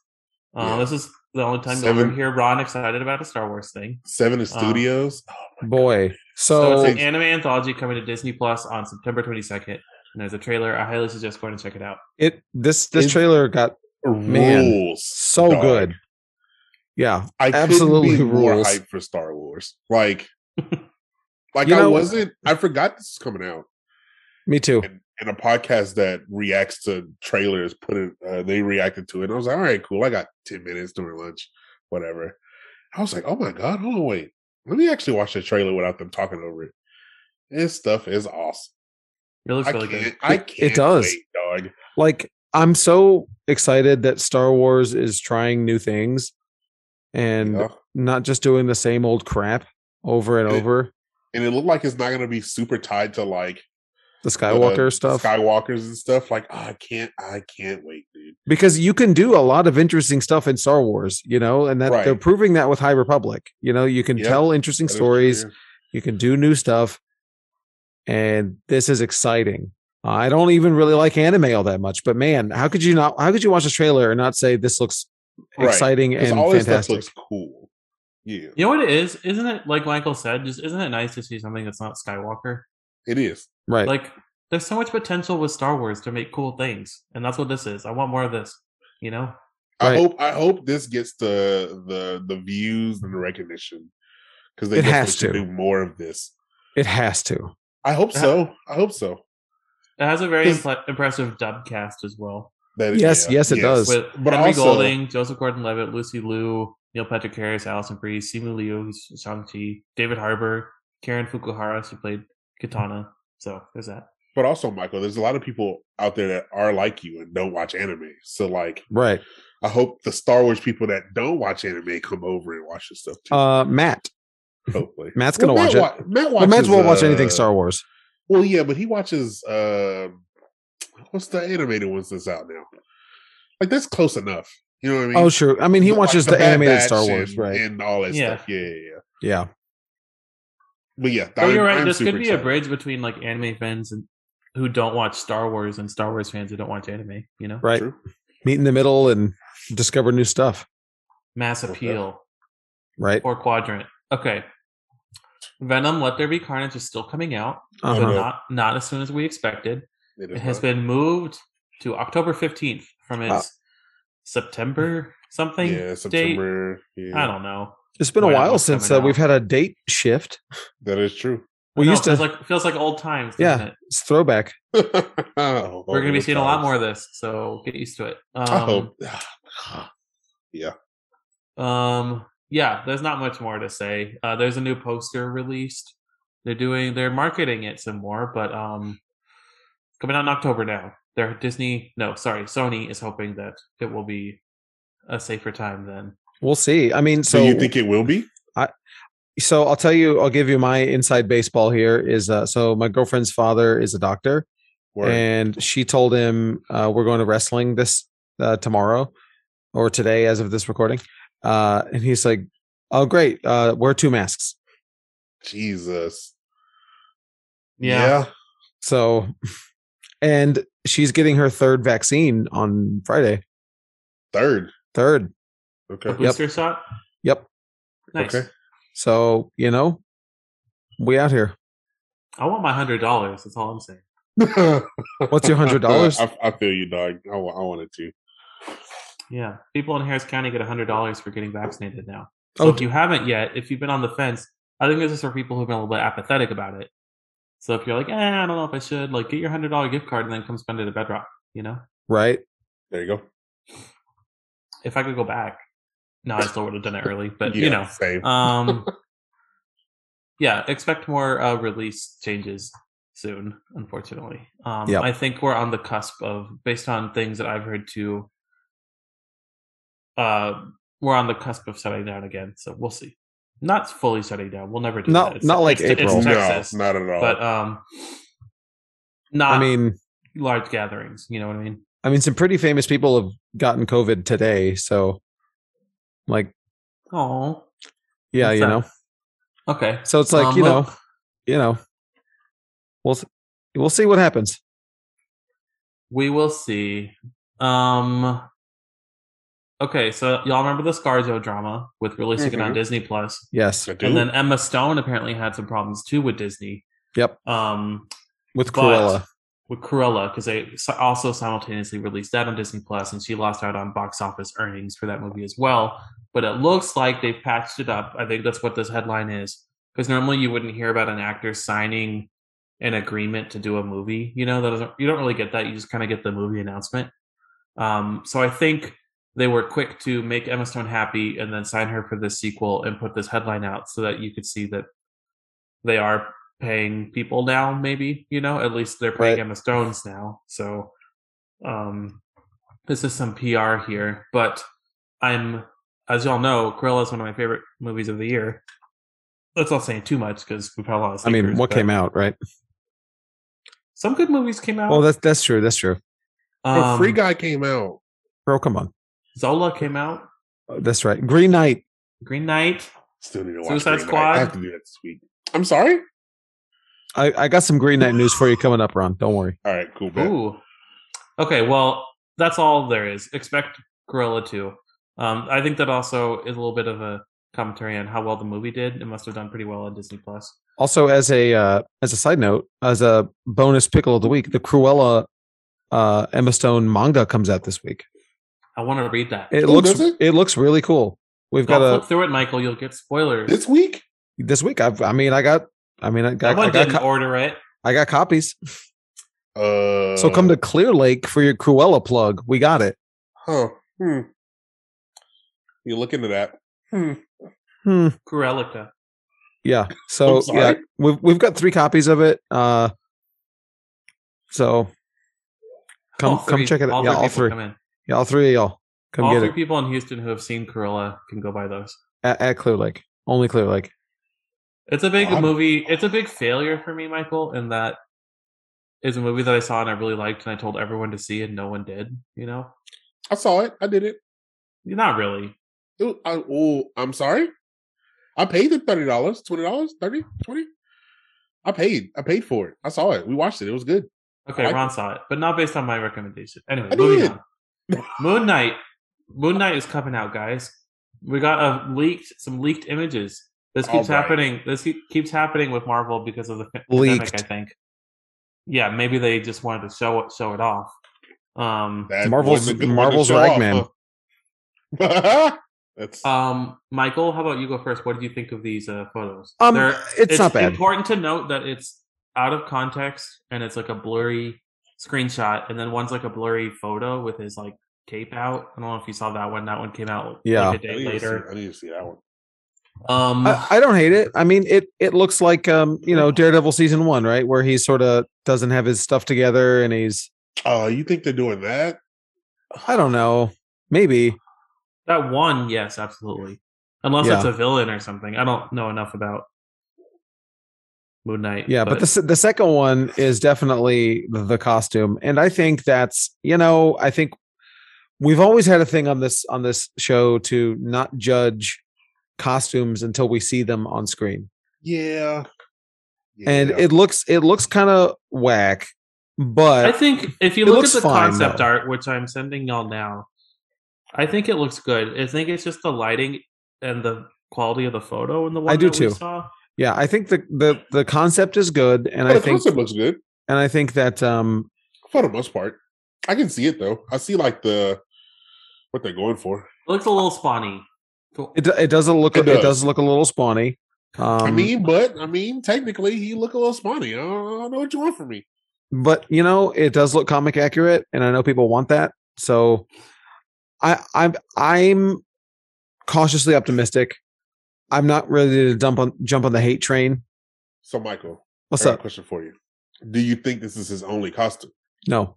Uh,
Yeah.
This is the only time you'll ever
Seven-
hear Ron excited about a Star Wars thing.
Seven Studios.
Boy.
So,
So,
it's an anime anthology coming to Disney Plus on September 22nd. And there's a trailer. I highly suggest going and check it out.
it this this
Is-
trailer got
Oh,
Man,
rules
so
dog.
good. Yeah.
I couldn't
Absolutely
be more
rules.
hyped for Star Wars. Like, like
You
I
know-
wasn't. I forgot this is coming out.
Me too.
And, and a podcast that reacts to trailers put it. Uh, they reacted to it. And I was like, all right, cool. I got ten minutes during lunch, whatever. I was like, oh my god, hold on, wait. Let me actually watch the trailer without them talking over it. This stuff is awesome.
It looks
I
really good.
can't. I
It- it
can't.
does.
wait, dog.
Like I'm so excited that Star Wars is trying new things and
Yeah.
not just doing the same old crap over and
It-
over.
And it looked like it's not going to be super tied to like
The
the
Skywalker stuff.
Skywalkers and stuff. Like, "Ah, I can't. I can't wait, dude.
because you can do a lot of interesting stuff in Star Wars, you know, and that
Right.
they're proving that with High Republic. You know, you can
Yep,
tell interesting
That is
stories,
true.
you can do new stuff, and this is exciting. I don't even really like anime all that much, but man, how could you not? How could you watch a trailer and not say this looks
Right.
exciting
'Cause
and
all this stuff
fantastic?
looks cool. Yeah,
You know what it is? Isn't it, like Michael said, just isn't it nice to see something that's not Skywalker?
it is.
right?
Like, there's so much potential with Star Wars to make cool things. And that's what this is. I want more of this, you know?
Right.
I hope. I hope this gets the the the views and the recognition because they
It
definitely
has
should
to.
do more of this.
it has to.
I hope
Yeah.
so. I hope so.
It has a very
Is-
impl- impressive dub cast as well.
That
Yes, yes, it does.
with
But
Henry
also-
Golding, Joseph Gordon-Levitt, Lucy Liu, Neil Patrick Harris, Allison Brie, Simu Liu, who's Shang-Chi, David Harbour, Karen Fukuhara, she played Katana. So there's that.
But also, Michael, there's a lot of people out there that are like you and don't watch anime. So, like,
Right.
I hope the Star Wars people that don't watch anime come over and watch this stuff too.
Uh, Matt.
hopefully,
Matt's gonna
Well,
watch it.
Matt wa- Matt
Well,
watches,
Matt won't watch
uh,
anything Star Wars.
Well, yeah, but he watches. um what's the animated ones that's out now? Like that's close enough. You know what I mean?
oh, sure. I mean, he
Like,
watches
the
the,
Bad
animated
Batch
Star Wars,
and,
right?
And all that
Yeah.
stuff. Yeah, yeah, yeah.
yeah.
But yeah,
But
I'm-
Oh, you're right.
I'm
this
super
could be a
excited.
bridge between like anime fans and who don't watch Star Wars and Star Wars fans who don't watch anime. You know,
Right.
True.
Meet in the middle and discover new stuff.
mass
Okay.
appeal
Right.
or quadrant. Okay, Venom: Let There Be Carnage is still coming out, but
Uh-huh.
not not as soon as we expected.
It,
It has been moved to October 15th from its
Wow.
September something
yeah,
date.
September. Yeah,
I don't know.
It's been a
Right,
while
what's
since
coming
uh, we've had
out?
a date shift.
that is true.
We
I know,
used to.
feels like feels like old times. Doesn't
Yeah.
it?
It's throwback.
Oh,
we're gonna be
those
seeing a lot
times.
more of this, so get used to it.
I
Um,
hope.
um, yeah, there's not much more to say. Uh, there's a new poster released. They're doing they're marketing it some more, but um, coming out in October now. They're Disney. No, sorry, Sony is hoping that it will be a safer time then.
We'll see. I mean,
So
so
you think it will be?
so I'll tell you. I'll give you my inside baseball. Here is uh, so my girlfriend's father is a doctor,
Or
and she told him uh, we're going to wrestling this uh, tomorrow or today as of this recording uh, and he's like oh great uh, wear two masks
Jesus.
Yeah.
so and she's getting her third vaccine on friday
Third.
third
A
Okay.
booster shot.
Yep.
Nice.
Okay.
so you know we out here
I want my hundred dollars. That's all I'm saying.
what's your hundred dollars
I, I feel you, dog. I, wa- I wanted to.
Yeah, people in Harris County get hundred dollars for getting vaccinated now. So
oh
if you haven't yet, if you've been on the fence, I think this is for people who've been a little bit apathetic about it. So if you're like, eh, I don't know if I should, like, get your hundred dollar gift card and then come spend it at Bedrock. You know,
right
There you go.
if I could go back, no, I still would have done it early, but
Yeah,
you know,
same.
um, yeah, expect more uh, release changes soon. Unfortunately, um,
Yep.
I think we're on the cusp of, based on things that I've heard too. Uh, we're on the cusp of shutting down again, so we'll see. Not fully shutting down. We'll never do
Not-
that.
not like
it's,
April.
It's
no,
Texas,
not at all.
uh, but um, not
i mean
large gatherings. You know what I mean?
i mean some pretty famous people have gotten covid today so like
Oh,
yeah
What's
you
that?
know
okay.
so it's like
Um,
you
well-
know you know we'll s- we'll see what happens
We will see. Um Okay, so y'all remember the ScarJo drama with releasing it on
Mhm.
Disney Plus.
Yes.
I do.
And then Emma Stone apparently had some problems too with Disney.
Yep.
Um
With
But-
Cruella.
with Cruella because they s- also simultaneously released that on Disney Plus and she lost out on box office earnings for that movie as well. But it looks like they've patched it up. I think that's what this headline is because normally you wouldn't hear about an actor signing an agreement to do a movie. You know, that doesn't, you don't really get that. You just kind of get the movie announcement. Um, so I think they were quick to make Emma Stone happy and then sign her for this sequel and put this headline out so that you could see that they are paying people now, maybe, you know, at least they're paying
Right.
Emma Stones now. So um this is some PR here, but I'm as y'all know, Cruella is one of my favorite movies of the year. That's not saying too much because we've had a lot of
I mean,
stinkers,
what
but
came out, right?
some good movies came out.
Oh, that's that's true. That's true.
Bro,
um,
Free Guy came out.
Bro, come on.
Zola came out.
Oh, That's right. Green Knight.
Green Knight.
Still need to watch
Suicide
Green Knight.
Squad.
I have to do that this week. I'm sorry.
I, I got some Green Knight news for you coming up, Ron. Don't worry.
All right, cool. Bet.
Ooh. Okay, well, that's all there is. Expect Gorilla 2. Um, I think that also is a little bit of a commentary on how well the movie did. It must have done pretty well on Disney Plus.
Also, as a uh, as a side note, as a bonus pickle of the week, the Cruella uh, Emma Stone manga comes out this week.
I want to read that.
It
Oh,
looks
does
it?
it?
looks really cool. We've
Don't
got a
flip through it, Michael. You'll get spoilers.
This week?
this week. I've, I mean, I got. I mean, I got. I
Someone
got,
didn't
co-
order it.
I got copies.
Uh,
so come to Clear Lake for your Cruella plug. We got it.
Huh. Hmm. You look into that. Hmm.
Hmm.
Gorelica.
Yeah. So
I'm sorry.
yeah, we've we've got three copies of it. Uh, So come
All
come
three-
check it out.
all
Yeah, all
people
three.
Come in.
Yeah, all three of y'all. Come
all
get
three
it
people in Houston who have seen Cruella can go buy those.
at, at Clear Lake. Only Clear Lake.
It's a big
Wow.
movie. It's a big failure for me, Michael, in that is a movie that I saw and I really liked, and I told everyone to see, and no one did. You know,
I saw it. I did it.
not really.
it was, I, oh, I'm sorry. I paid the thirty dollars, twenty dollars, thirty, twenty. I paid. I paid for it. I saw it. We watched it. It was good.
Okay,
I-
Ron saw it, but not based on my recommendation. Anyway,
I
moving
did.
on. Moon Knight. Moon Knight is coming out, guys. We got a leaked some leaked images. This
All
keeps
right.
happening. This keep- keeps happening with Marvel because of the pa- pandemic.
Leaked.
I think. Yeah, maybe they just wanted to show it show it off. Um,
That
Marvel's-
wasn't a good one to
Marvel's
show off,
Ragman.
huh? That's
Um, Michael, how about you go first? What do you think of these uh, photos?
Um,
They're-
it's, not bad.
important to note that it's out of context and it's like a blurry screenshot, and then one's like a blurry photo with his like cape out. I don't know if you saw that one. That one came out like,
Yeah.
a
Oh, I
day
need, to see,
later.
I need to see that one.
Um,
I, I don't hate it. I mean, it it looks like um you know Daredevil season one, right, where he sort of doesn't have his stuff together and he's
Oh, you think they're doing that?
I don't know maybe
that one, yes, absolutely. Unless
Yeah.
it's a villain or something. I don't know enough about Moon Knight.
yeah. But, the the the second one is definitely the, the costume, and I think that's you know I think we've always had a thing on this on this show to not judge costumes until we see them on screen.
Yeah.
and
Yeah.
it looks it looks kind of whack but
I think if you
It
look at
looks
the
fine,
concept
though.
art, which I'm sending y'all now, I think it looks good. I think it's just the lighting and the quality of the photo and the one
I do
that we
too.
saw.
yeah i think the the the concept is good and
But
i
the
think
concept looks good
and i think that um
for the most part. I can see it though. I see like the what they're going for.
It looks a little spawny. So-
it, do- it doesn't look
It
it does.
does.
look a little spawny um
I mean, but I mean, technically, he look a little spawny. I don't, I don't know what you want from me.
but you know it does look comic accurate and i know people want that so i i'm i'm cautiously optimistic i'm not ready to dump on jump on the hate train
So, Michael,
what's
I got a
up
question for you. Do you think this is his only costume?
no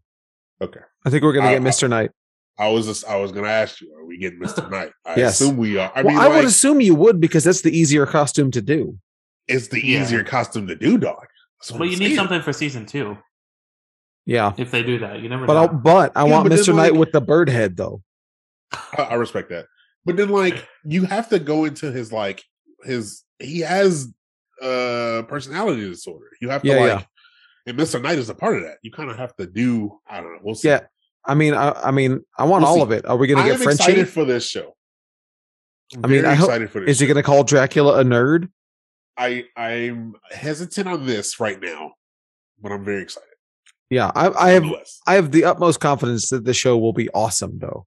Okay. Uh,
i think we're gonna
I-
get mr knight
I was just, I was gonna ask you, are we getting Mr. Knight? I
Yes.
assume we are. I
well
mean,
i would
like,
assume you would because that's the easier costume to do
it's the
Yeah.
easier costume to do, dog. That's what
But
I'm
you need
saying.
something for season two
yeah
if they do that. You never
But I,
know.
but I
Yeah,
want
but there's
Mr. Knight
like-
with the bird head though.
I, I respect that. But then, like, you have to go into his like his he has uh personality disorder. You have to
Yeah,
like,
yeah.
and Mr. Knight is a part of that. You kind of have to do. I don't know. We'll see.
Yeah, I mean, I, I mean, I want
We'll
all
see.
of it. Are we going
I
to get
am excited
Frenchie?
for this show.
I mean, I
Very
hope-
excited for this.
Is he going to call Dracula a nerd?
I I'm hesitant on this right now, but I'm very excited.
Yeah, I, I have,
Nonetheless.
I have the utmost confidence that the show will be awesome. Though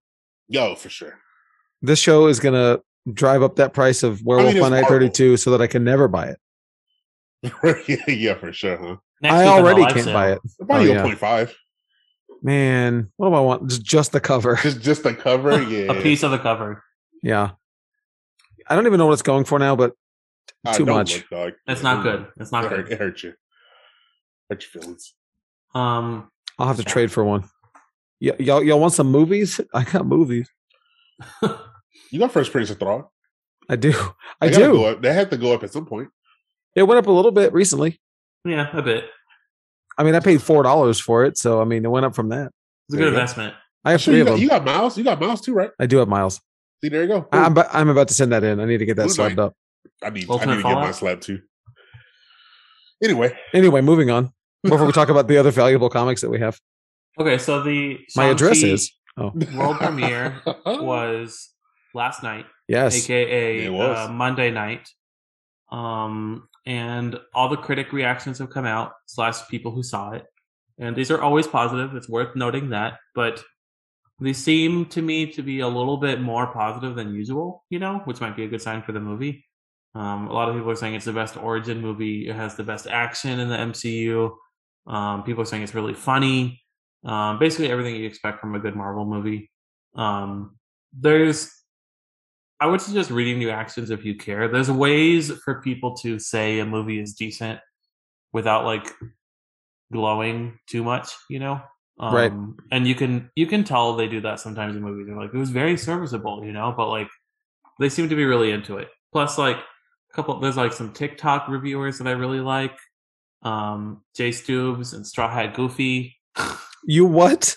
yo for sure.
this show is going to drive up that price of Werewolf
it's
by Night
Marvel.
Thirty Two, so that I can never buy it.
yeah, yeah, for sure, huh?
Next
I
week on the
already
live
can't
sale.
buy it.
Probably
Oh,
a
yeah.
point five.
Man, what do I want? Just, just the cover.
Just just the cover. Yeah,
a piece of the cover.
yeah, I don't even know what it's going for now, but
Ah,
too
don't
much.
look, dog.
It's
Yeah,
not
don't
Mm.
good. It's
look.
not
It hurt,
good.
it hurt you. Hurt your feelings.
Um,
I'll have to
Yeah.
trade for one. Y- y'all, y'all want some movies? I got movies.
You got first Prince of Thrawn.
I do. I
They gotta Go
do.
up. They had to go up at some point.
It went up a little bit recently.
yeah, a bit. It's
I mean, I paid four dollars for it, so I mean, it went up from that.
a
There
good
you go.
investment.
I have
Sure,
three
you,
of
got,
them.
you Oh. got Miles. You got Miles too, right?
I do have miles.
See, there you go.
I, I'm, bu- I'm about to send that in. I need to get that
Ooh,
slapped
nice.
up.
I need. I need
Ultimate
to get my
Fallout?
slab too. Anyway,
Anyway, moving on. Before we talk about the other valuable comics that we have,
Okay, so the
my address
Shang-Chi
is
World premiere was last night.
yes.
aka
It was.
uh, Monday night. Um, and all the critic reactions have come out, slash people who saw it. And these are always positive. It's worth noting that, but they seem to me to be a little bit more positive than usual, you know, which might be a good sign for the movie. Um, a lot of people are saying it's the best origin movie. It has the best action in the MCU. Um, people are saying it's really funny. Um, basically, everything you expect from a good Marvel movie. Um, there's, I would suggest reading the actions if you care. There's ways for people to say a movie is decent without like glowing too much, you know. Um,
Right.
And you can you can tell they do that sometimes in movies. They're like it was very serviceable, you know, but like they seem to be really into it. Plus, like a couple there's like some TikTok reviewers that I really like, um, Jay Stubbs and Straw Hat Goofy.
You what?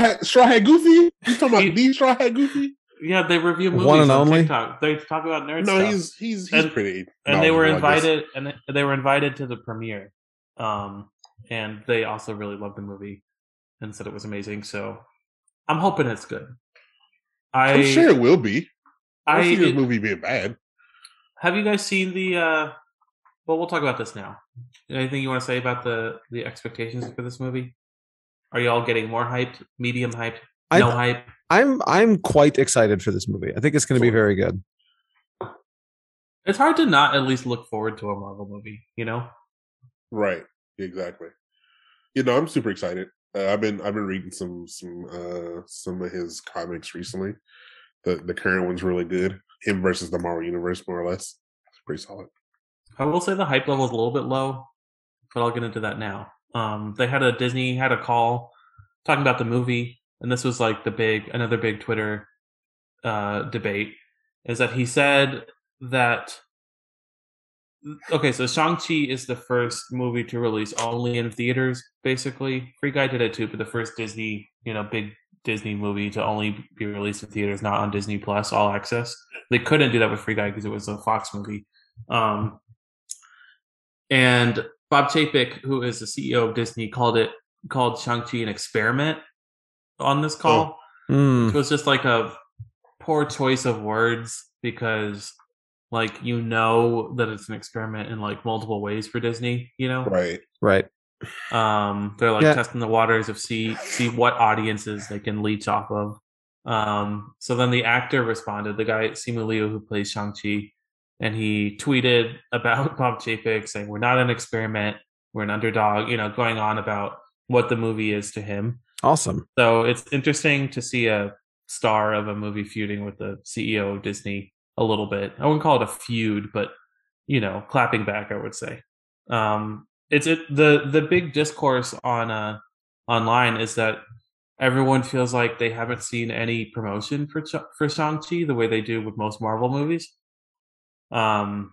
Hat- Straw Hat Goofy? You talking
He-
about the Straw Hat Goofy?
Yeah, they review movies
One and
on
only?
TikTok. They talk about nerd
No,
stuff.
he's he's he's
And-
pretty.
and they were
knowledgeable, I guess.
invited and they- they were invited to the premiere um and they also really loved the movie and said it was amazing so i'm hoping it's good i
I'm sure it will be. I
i
don't see this movie being bad.
have you guys seen the uh well we'll talk about this now anything you want to say about the the expectations for this movie are you all getting more hyped medium hyped
I-
no hype
I'm I'm quite excited for this movie. I think it's going to be very good.
it's hard to not at least look forward to a marvel movie you know
Right. Exactly. You know, I'm super excited. Uh, I've been I've been reading some some uh some of his comics recently. The the current one's really good. Him versus the Marvel Universe, more or less. It's pretty solid.
I will say the hype level is a little bit low, but I'll get into that now. Um, they had a Disney had a call talking about the movie, and this was like the big another big Twitter uh, debate is that he said that okay, so Shang Chi is the first movie to release only in theaters, basically. Free Guy did it too, but the first Disney you know big Disney movie to only be released in theaters, not on Disney Plus All Access. They couldn't do that with Free Guy because it was a Fox movie. Um, and Bob Chapek, who is the CEO of Disney, called it called Shang-Chi an experiment on this call.
Hmm.
It was just like a poor choice of words because like you know that it's an experiment in like multiple ways for Disney, you know?
Right.
Right.
Um, they're like
Yeah.
testing the waters of see see what audiences they can leech off of. Um, so then the actor responded, the guy Simu Liu who plays Shang Chi, and he tweeted about Bob Chapek saying, "We're not an experiment. We're an underdog." You know, going on about what the movie is to him.
Awesome.
So it's interesting to see a star of a movie feuding with the CEO of Disney a little bit. I wouldn't call it a feud, but you know, clapping back, I would say. Um, it's it, the the big discourse on uh, online is that everyone feels like they haven't seen any promotion for Ch- for Shang Chi the way they do with most Marvel movies. Um,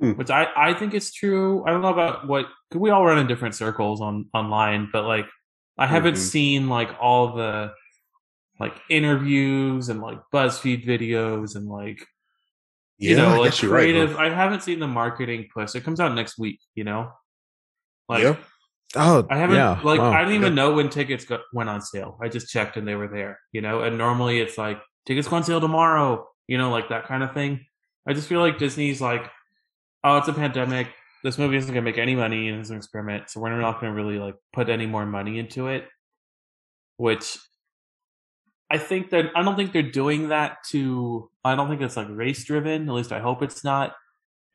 Hmm.
which I I think is true. I don't know about what 'cause we all run in different circles on online, but like I haven't
Mhm.
seen like all the like interviews and like BuzzFeed videos and like
Yeah,
you know,
I
like
guess you're right,
creative.
huh?
I haven't seen the marketing push. It comes out next week, you know. Like
yeah.
Oh,
I haven't,
yeah.
like
Wow.
I didn't even know when tickets got, went on sale. I just checked and they were there, you know. And normally it's like tickets go on sale tomorrow, you know, like that kind of thing. I just feel like Disney's like, oh, it's a pandemic. This movie isn't gonna make any money and it's an experiment, so we're not gonna really like put any more money into it. Which I think that I don't think they're doing that to. I don't think it's like race driven. At least I hope it's not.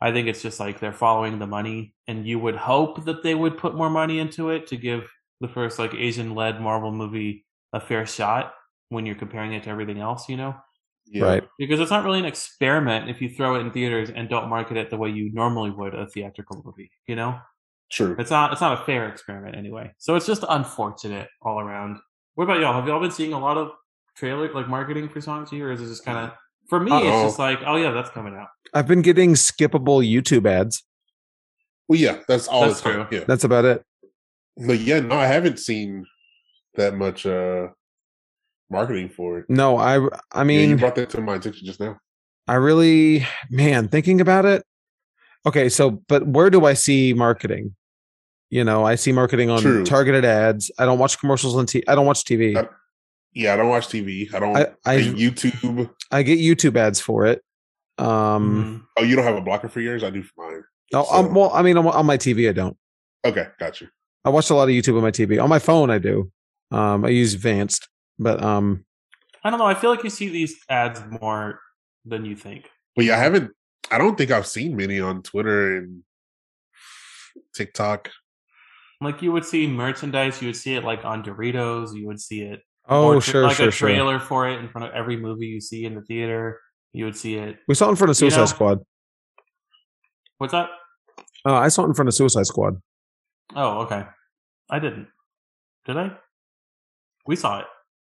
I think it's just like they're following the money, and you would hope that they would put more money into it to give the first like Asian led Marvel movie a fair shot when you're comparing it to everything else, you know?
yeah.
Right.
Because it's not really an experiment if you throw it in theaters and don't market it the way you normally would a theatrical movie, you know?
True.
It's not it's not a fair experiment anyway. So it's just unfortunate all around. What about y'all? Have y'all been seeing a lot of trailer like marketing for Song Chi or is it just kinda for me it's
Uh-oh.
just like, oh yeah, that's coming out.
I've been getting skippable YouTube ads.
Well, yeah, that's all
That's
the time. Yeah.
That's about it.
But yeah, no, I haven't seen that much uh marketing for it.
No, I I
Yeah, you
mean
brought that to my attention just now.
I really man, thinking about it. Okay, so but where do I see marketing? You know, I see marketing on
True.
targeted ads. I don't watch commercials on t- I don't watch TV.
Uh, Yeah, I don't watch TV. I don't
I I,
I YouTube.
I get YouTube ads for it. Um
Mhm.
Oh, you don't have a blocker for yours? I do for mine.
oh, um,
So-
well, I mean on, on my TV I don't.
Okay, got you.
I watch a lot of YouTube on my TV. On my phone I do. Um I use Vanced, but um
I don't know. I feel like you see these ads more than you think.
But yeah, I haven't. I don't think I've seen many on Twitter and TikTok.
Like you would see merchandise, you would see it like on Doritos, you would see it.
oh
or tra-
sure
like
sure
a
sure.
trailer for it in front of every movie you see in the theater. You would see it.
We saw it in front of
You
Suicide
know-
Squad.
What's that?
Uh, I saw it in front of Suicide Squad.
Oh, okay. I didn't. Did I? We saw it.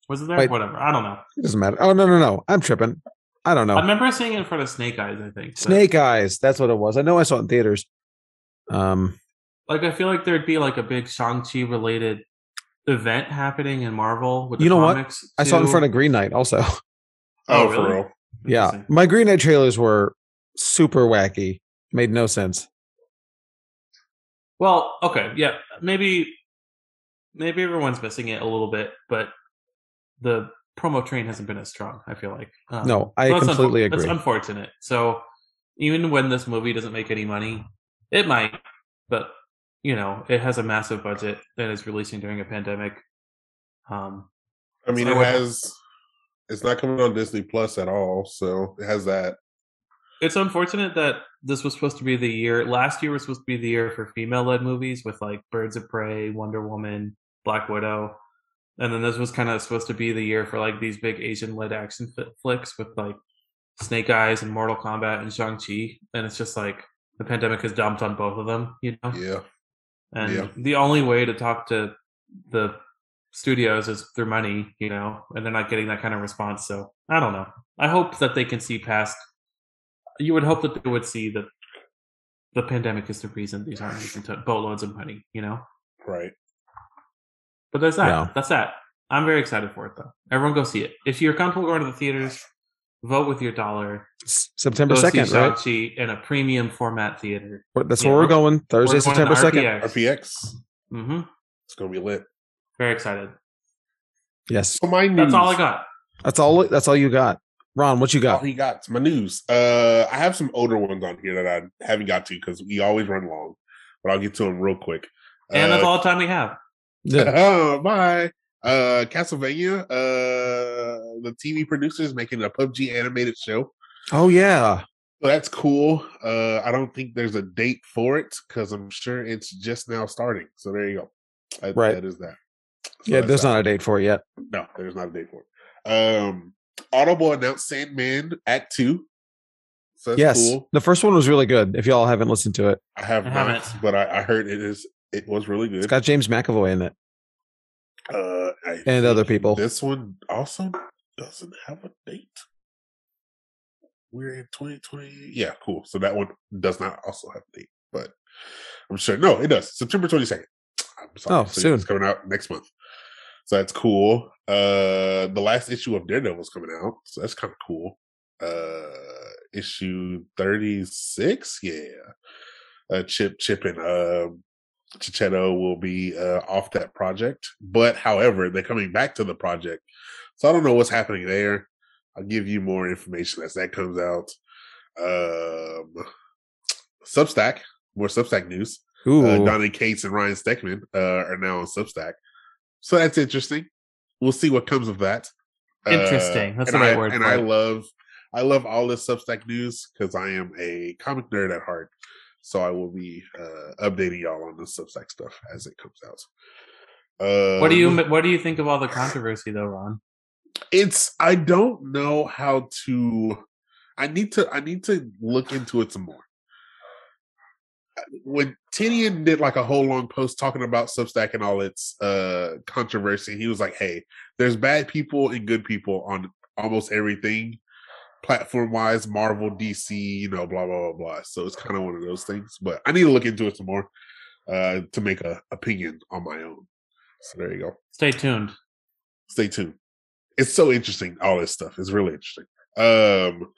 Was it there?
Wait.
Whatever. I don't know.
It doesn't matter. Oh no, no, no. I'm tripping. I don't know.
I remember seeing it in front of Snake Eyes. I think but,
Snake Eyes. That's what it was. I know I saw it in theaters. Um,
Like I feel like there'd be like a big Shang Chi related event happening in Marvel. With
You
the
know what?
comics
I saw it in
too.
front of Green Knight also.
Oh,
Oh,
really?
for real.
yeah,
Interesting.
my Green Knight trailers were super wacky. Made no sense.
Well, okay, yeah, maybe, maybe everyone's missing it a little bit, but the promo train hasn't been as strong. I feel like um,
No, I
that's unfor-
completely
That's
agree.
unfortunate. So even when this movie doesn't make any money, it might, but you know, it has a massive budget that is releasing during a pandemic. Um,
I mean,
So
it
what-
has. It's not coming on Disney Plus at all, so it has that.
it's unfortunate that this was supposed to be the year last year was supposed to be the year for female led movies with like Birds of Prey, Wonder Woman, Black Widow. And then this was kind of supposed to be the year for like these big Asian led action fi- flicks with like Snake Eyes and Mortal Kombat and Shang-Chi. And it's just like the pandemic has dumped on both of them, you know?
Yeah,
And
Yeah.
the only way to talk to the studios is through money, you know, and they're not getting that kind of response. So I don't know. I hope that they can see past. You would hope that they would see that the pandemic is the reason these aren't making to- boatloads of money, you know.
right.
But that's that.
Yeah.
That's that. I'm very excited for it though. Everyone go see it. If you're comfortable going to the theaters, vote with your dollar.
S- September
go
second,
see
right?
Shang-Chi in a premium format theater.
We're- That's
Yeah,
where we're
we're-
going. Thursday,
We're going
September
to
second.
RPX.
RPX.
Mm-hmm.
It's gonna be lit.
Very excited.
Yes,
So my news.
That's all I got.
that's all. That's all you got, Ron. What you
All
got?
he got. It's my news. Uh, I have some older ones on here that I haven't got to because we always run long, but I'll get to them real quick.
And
uh,
that's all the time we have.
Yeah.
Oh, bye. Uh, Castlevania. Uh, the TV producers making a PUBG animated show.
Oh yeah.
So that's cool. Uh, I don't think there's a date for it because I'm sure it's just now starting. So there you go. That-
Right.
That is that. So
Yeah,
that's
there's
that.
not a date for it yet.
No, there's not a date for it. Um, Audible announced Sandman Act Two. So that's
yes,
cool.
the first one was really good. If y'all haven't listened to it,
I have
I
not,
haven't.
but I, I heard it is. It was really good.
it's got James McAvoy in it.
uh, I
And other
think
people.
This one also doesn't have a date. We're in 2020. Yeah, cool. So that one does not also have a date, but I'm sure. No, it does. September 22nd. I'm sorry.
Oh, soon.
It's coming out next month. So that's cool. Uh, the last issue of Daredevil's coming out. So that's kind of cool. Uh, issue 36. Yeah. Uh, Chip, Chip, and um, Chichetto will be uh, off that project. But however, they're coming back to the project. So I don't know what's happening there. I'll give you more information as that comes out. Um, Substack, more Substack news.
Ooh,
Uh, Donnie Cates and Ryan Steckman uh, are now on Substack. So that's interesting. We'll see what comes of that. Uh,
Interesting. That's
and
the right
I,
word
And
for
I
it.
love, I love all this Substack news because I am a comic nerd at heart. So I will be uh, updating y'all on the Substack stuff as it comes out. Uh,
What do you What do you think of all the controversy, though, Ron?
it's i don't know how to i need to i need to look into it some more when tinian did like a whole long post talking about substack and all its uh controversy he was like hey there's bad people and good people on almost everything platform wise marvel dc you know blah blah blah blah so it's kind of one of those things but i need to look into it some more uh to make a opinion on my own so there you go
Stay tuned.
stay tuned. It's so interesting. All this stuff It's really interesting. Um,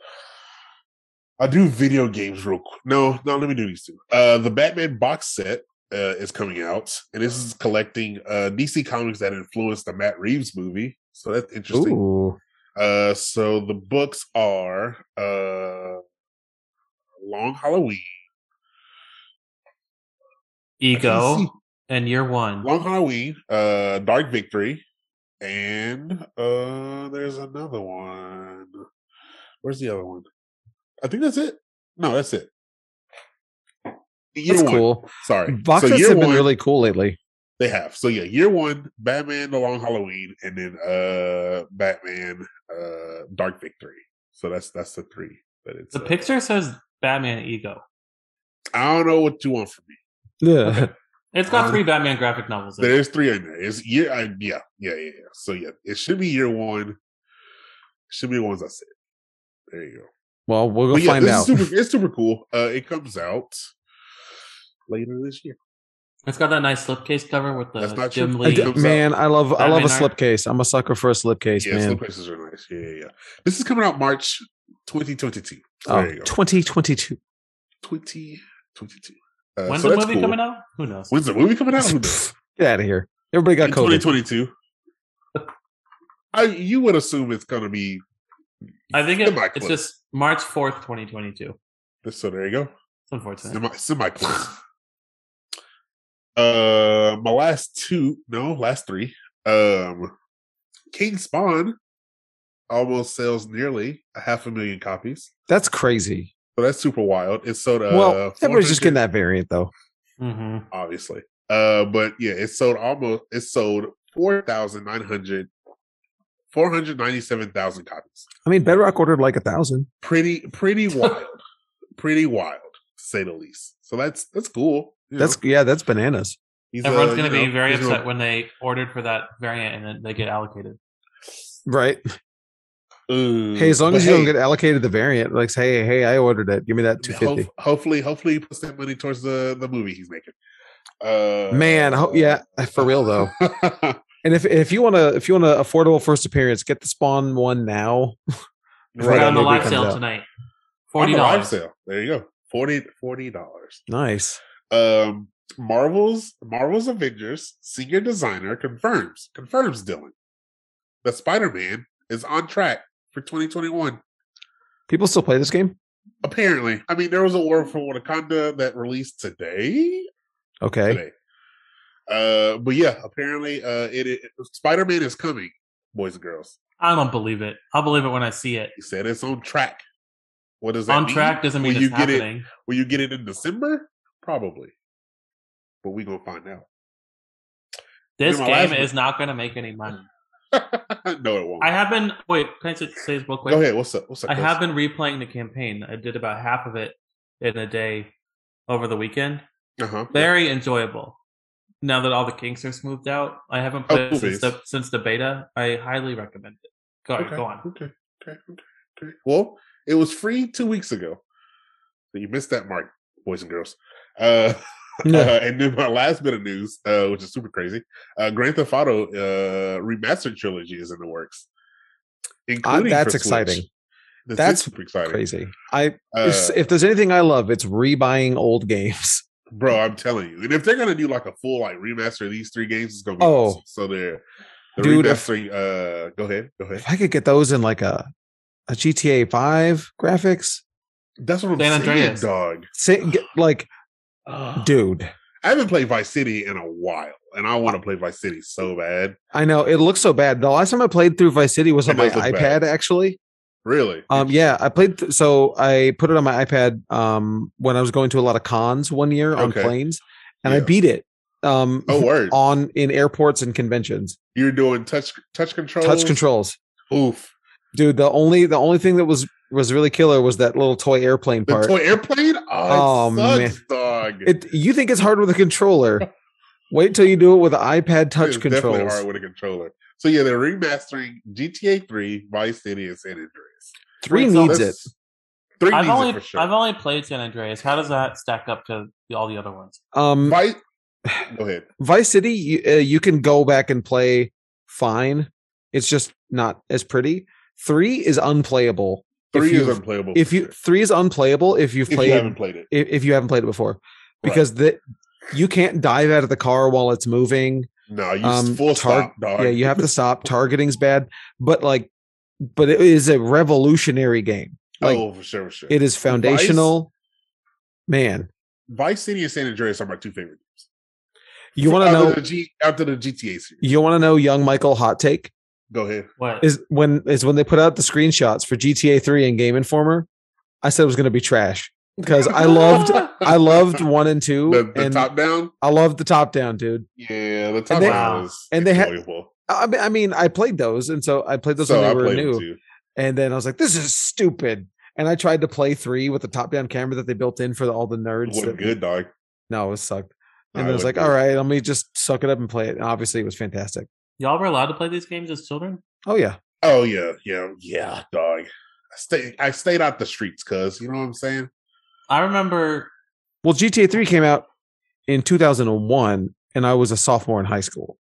I'll do video games real quick. No, no, let me do these two. Uh, the Batman box set uh, is coming out, and this is collecting uh, DC comics that influenced the Matt Reeves movie. So that's interesting.
ooh,
Uh, so the books are uh, Long Halloween,
Ego and Year One.
Long Halloween, uh, Dark Victory, and uh, there's another one. Where's the other one? I think that's it. No, that's it. Year
that's
one.
cool.
Sorry.
Box
so
sets
year
have been
one,
really cool lately.
they have. So yeah, year one, Batman: The Long Halloween, and then uh, Batman: uh, Dark Victory. So that's that's the three. But it's
The
uh,
picture says Batman Ego.
I don't know what you want from me.
Yeah,
Okay. It's got
Um,
three Batman graphic novels. in it.
There's three in there. It's year, I, yeah, yeah, yeah, yeah. So yeah, it should be year one. Should be the ones I said. There you go.
Well, we'll go
But yeah,
find
this
out.
Is super, it's super cool. Uh, it comes out later this year.
It's got that nice slipcase cover with
That's
the
not true.
Jim
I
Lee.
It
d-
comes out.
man, I love I love a
Batman art.
slipcase. I'm a sucker for a slipcase,
yeah,
man.
places are nice. Yeah, yeah, yeah. This is coming out March 2022.
Oh,
There you go.
2022.
2022. Uh,
When's
so
the
that's
movie
cool.
coming out? Who knows?
When's the movie coming out? Who knows?
Pfft, Get out of here. Everybody got
In
COVID.
2022. I, you would assume it's going to be.
I think it,
semi-close.
it's just March fourth, twenty twenty two.
So there you go.
It's unfortunate.
Semi, semi close. uh, my last two, no, last three. Um, King Spawn almost sells nearly a half a million copies.
That's crazy.
So that's super wild. It sold. Uh,
well, everybody's just
400
getting that variant though.
hmm
obviously. Uh, but yeah, it sold almost. It sold four thousand nine hundred. 497,000 copies.
I mean, Bedrock ordered like a thousand.
Pretty pretty wild. pretty wild, to say the least. So that's that's cool. you
That's
know.
yeah, that's bananas.
He's,
Everyone's
uh,
going to
you
be
know,
very
he's a-
upset when they ordered for that variant and then they get allocated.
Right.
Ooh.
Hey, as long
Mm-hmm. Mm, But
as you don't
hey,
get allocated the variant, like say, hey, I ordered it. Give me that two fifty.
hof- hopefully, hopefully he puts that money towards the, the movie he's making. Uh,
Man, ho- yeah, for real though. And if if you wanna if you want to affordable first appearance, get the Spawn one now.
We're
Right,
on the
maybe
live
comes
sale
out.
tonight.
On
Forty
the live
dollars.
sale. There you go. 40 forty dollars.
Nice.
Um, Marvel's Marvel's Avengers senior designer confirms confirms Dylan that Spider Man is on track for 2021.
People still play this game?
Apparently, I mean, there was a war for Wakanda that released today.
Okay.
today. Uh, but yeah, apparently, uh, it, it Spider Man is coming, boys and girls.
I don't believe it. I'll believe it when I see it.
He said it's on track. What does that
On
mean?
track doesn't mean
Will
it's
you get it-
happening.
Will you get it in December? Probably, but we gonna find out.
This
my last
game
one.
is not going to make any money.
no, it won't.
I have been. Wait, can I just say this real quick?
Go ahead. What's up? What's up?
I
Chris?
have been replaying the campaign. I did about half of it in a day over the weekend.
Uh-huh.
Very enjoyable. Now that all the kinks are smoothed out, I haven't played
Oh,
it since
movies.
the, since the beta. I highly recommend it. Go,
Okay.
go on.
Okay. Okay. Okay. Okay. Well, it was free two weeks ago, so you missed that mark, boys and girls. Uh,
No.
Uh, and then my last bit of news, uh, which is super crazy, uh, Grand Theft Auto uh, remastered trilogy is in the works. Including
Ah, that's
for Switch.
exciting.
This is
That's
super exciting.
Crazy. I
Uh,
if, if there's anything I love, it's rebuying old games.
bro, I'm telling you. And if they're gonna do like a full like remaster of these three games, it's gonna be
Oh.
awesome. So they're the
Dude, if-
remastering. Uh, go ahead, go ahead.
If I could get those in like a a GTA Five graphics,
That's what I'm
San
saying,
Andreas.
dog.
say, get, like, dude,
I haven't played Vice City in a while, and I
Ah.
want to play Vice City so bad.
I know it looks so bad. The last time I played through Vice City was
It
on my
does
iPad,
look bad.
actually.
Really?
Um, yeah, I played. Th- so I put it on my iPad um, when I was going to a lot of cons one year on
Okay.
planes, and I
Yeah.
beat it um,
oh, word!
on in airports and conventions.
You're doing touch touch control.
Touch controls,
Oof.
dude. The only the only thing that was was really killer was that little toy airplane
The
part.
toy airplane?
Oh,
Oh, it
man.
sucks, dog.
it, you think it's hard with a controller? Wait till you do it with an iPad touch
It's
controls.
Definitely hard with a controller. So yeah, they're remastering GTA 3, Vice City, and San Andreas.
Three
Wait, so
needs it.
That's- Three
I've
needs
only
it for sure.
I've only played San Andreas. How does that stack up to the, all the other ones?
Um,
Vice. Go ahead.
Vice City, you, uh, you can go back and play fine. It's just not as pretty. Three is unplayable. If
Three is
you've-
unplayable.
if
Oh, for
you
sure.
three is unplayable if you've
if you
played
haven't played it,
if, if you haven't played it before because the you can't dive out of the car while it's moving
no, you
um,
full
tar-
stop, dog.
yeah you have to stop targeting's bad but like but it is a revolutionary game like
oh, for sure, for sure.
it is foundational man
Vice City and San Andreas are my two favorite games.
you want to
After
know
the G- after the GTA series?
you want to know young michael hot take
Go ahead.
What?
is when is when they put out the screenshots for gta 3 and game informer i said it was going to be trash because i loved i loved one and two
the, the
and
top down.
i loved the top down dude
Yeah, the top
they-
down was
and they had-
enjoyable.
I mean, I mean, I played those, and so I played those
so
when they
I
were
played
new.
it too.
And then I was like, "This is stupid." And I tried to play three with the top-down camera that they built in for all the nerds.
Wasn't
that-
good, dog.
No, it sucked. And
I
then it's
would
like,
do
all
it.
right, let me just suck it up and play it. And obviously, it was fantastic.
Y'all were allowed to play these games as children?
Oh yeah,
Oh yeah, yeah, yeah, dog. I stay I stayed out the streets, cuz you know what I'm saying?
I remember
Well, GTA 3 came out in 2001, and I was a sophomore in high school.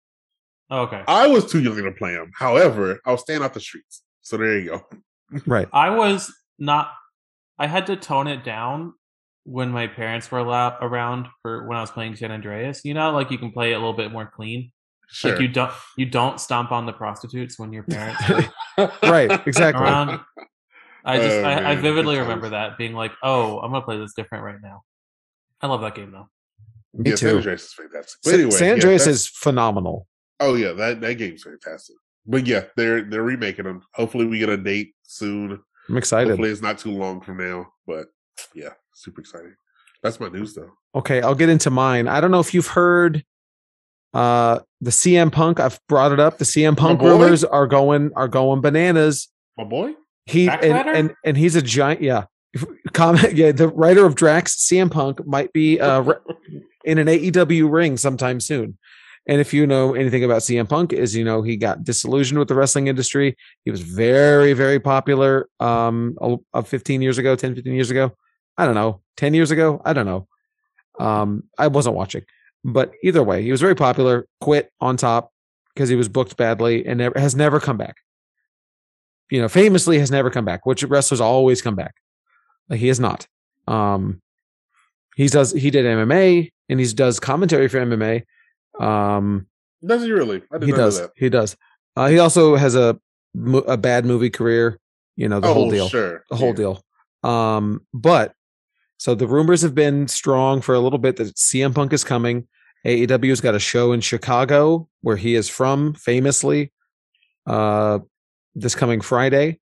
oh, okay.
I was too young to play them. However, I was staying out the streets. So there you go.
Right.
I was not. I had to tone it down when my parents were la- around for when I was playing San Andreas. You know, like you can play it a little bit more clean.
Sure.
Like you don't you don't stomp on the prostitutes when your parents
Right. Exactly.
are around. I just
Oh,
I, I
man,
vividly
good times.
remember that being like, oh, I'm gonna play this different right now. I love that game though.
Me
yeah,
too.
San Andreas is fantastic. But
Sa-
anyway,
San
yeah,
Andreas
that-
is phenomenal.
Oh yeah, that, that game's fantastic. But yeah, they're they're remaking them. Hopefully we get a date soon.
I'm excited.
Hopefully it's not too long from now. But yeah, super exciting. That's my news though.
Okay, I'll get into mine. I don't know if you've heard uh the CM Punk. I've brought it up. The CM Punk
boy?
rumors are going are going bananas.
My boy?
He
Zack
and,
Ryder?
and and he's a giant. Yeah, comment. Yeah, the writer of Drax, CM Punk, might be uh, re- in an AEW ring sometime soon. And if you know anything about CM Punk, is you know he got disillusioned with the wrestling industry. He was very very popular um a- a 15 years ago, 10 15 years ago. I don't know, 10 years ago. I don't know. Um, I wasn't watching, but either way, he was very popular. Quit on top because he was booked badly and never, has never come back. You know, famously has never come back, which wrestlers always come back. Like, he has not. Um, he does. He did MMA and he does commentary for MMA. Um,
Does he really? I did
he
not know
does.
that.
He does. Uh, he also has a mo- a bad movie career. You know the
oh,
whole deal
sure.
the whole
Yeah.
deal. Um, but so the rumors have been strong for a little bit that CM Punk is coming. AEW's got a show in Chicago where he is from, famously, uh, this coming Friday,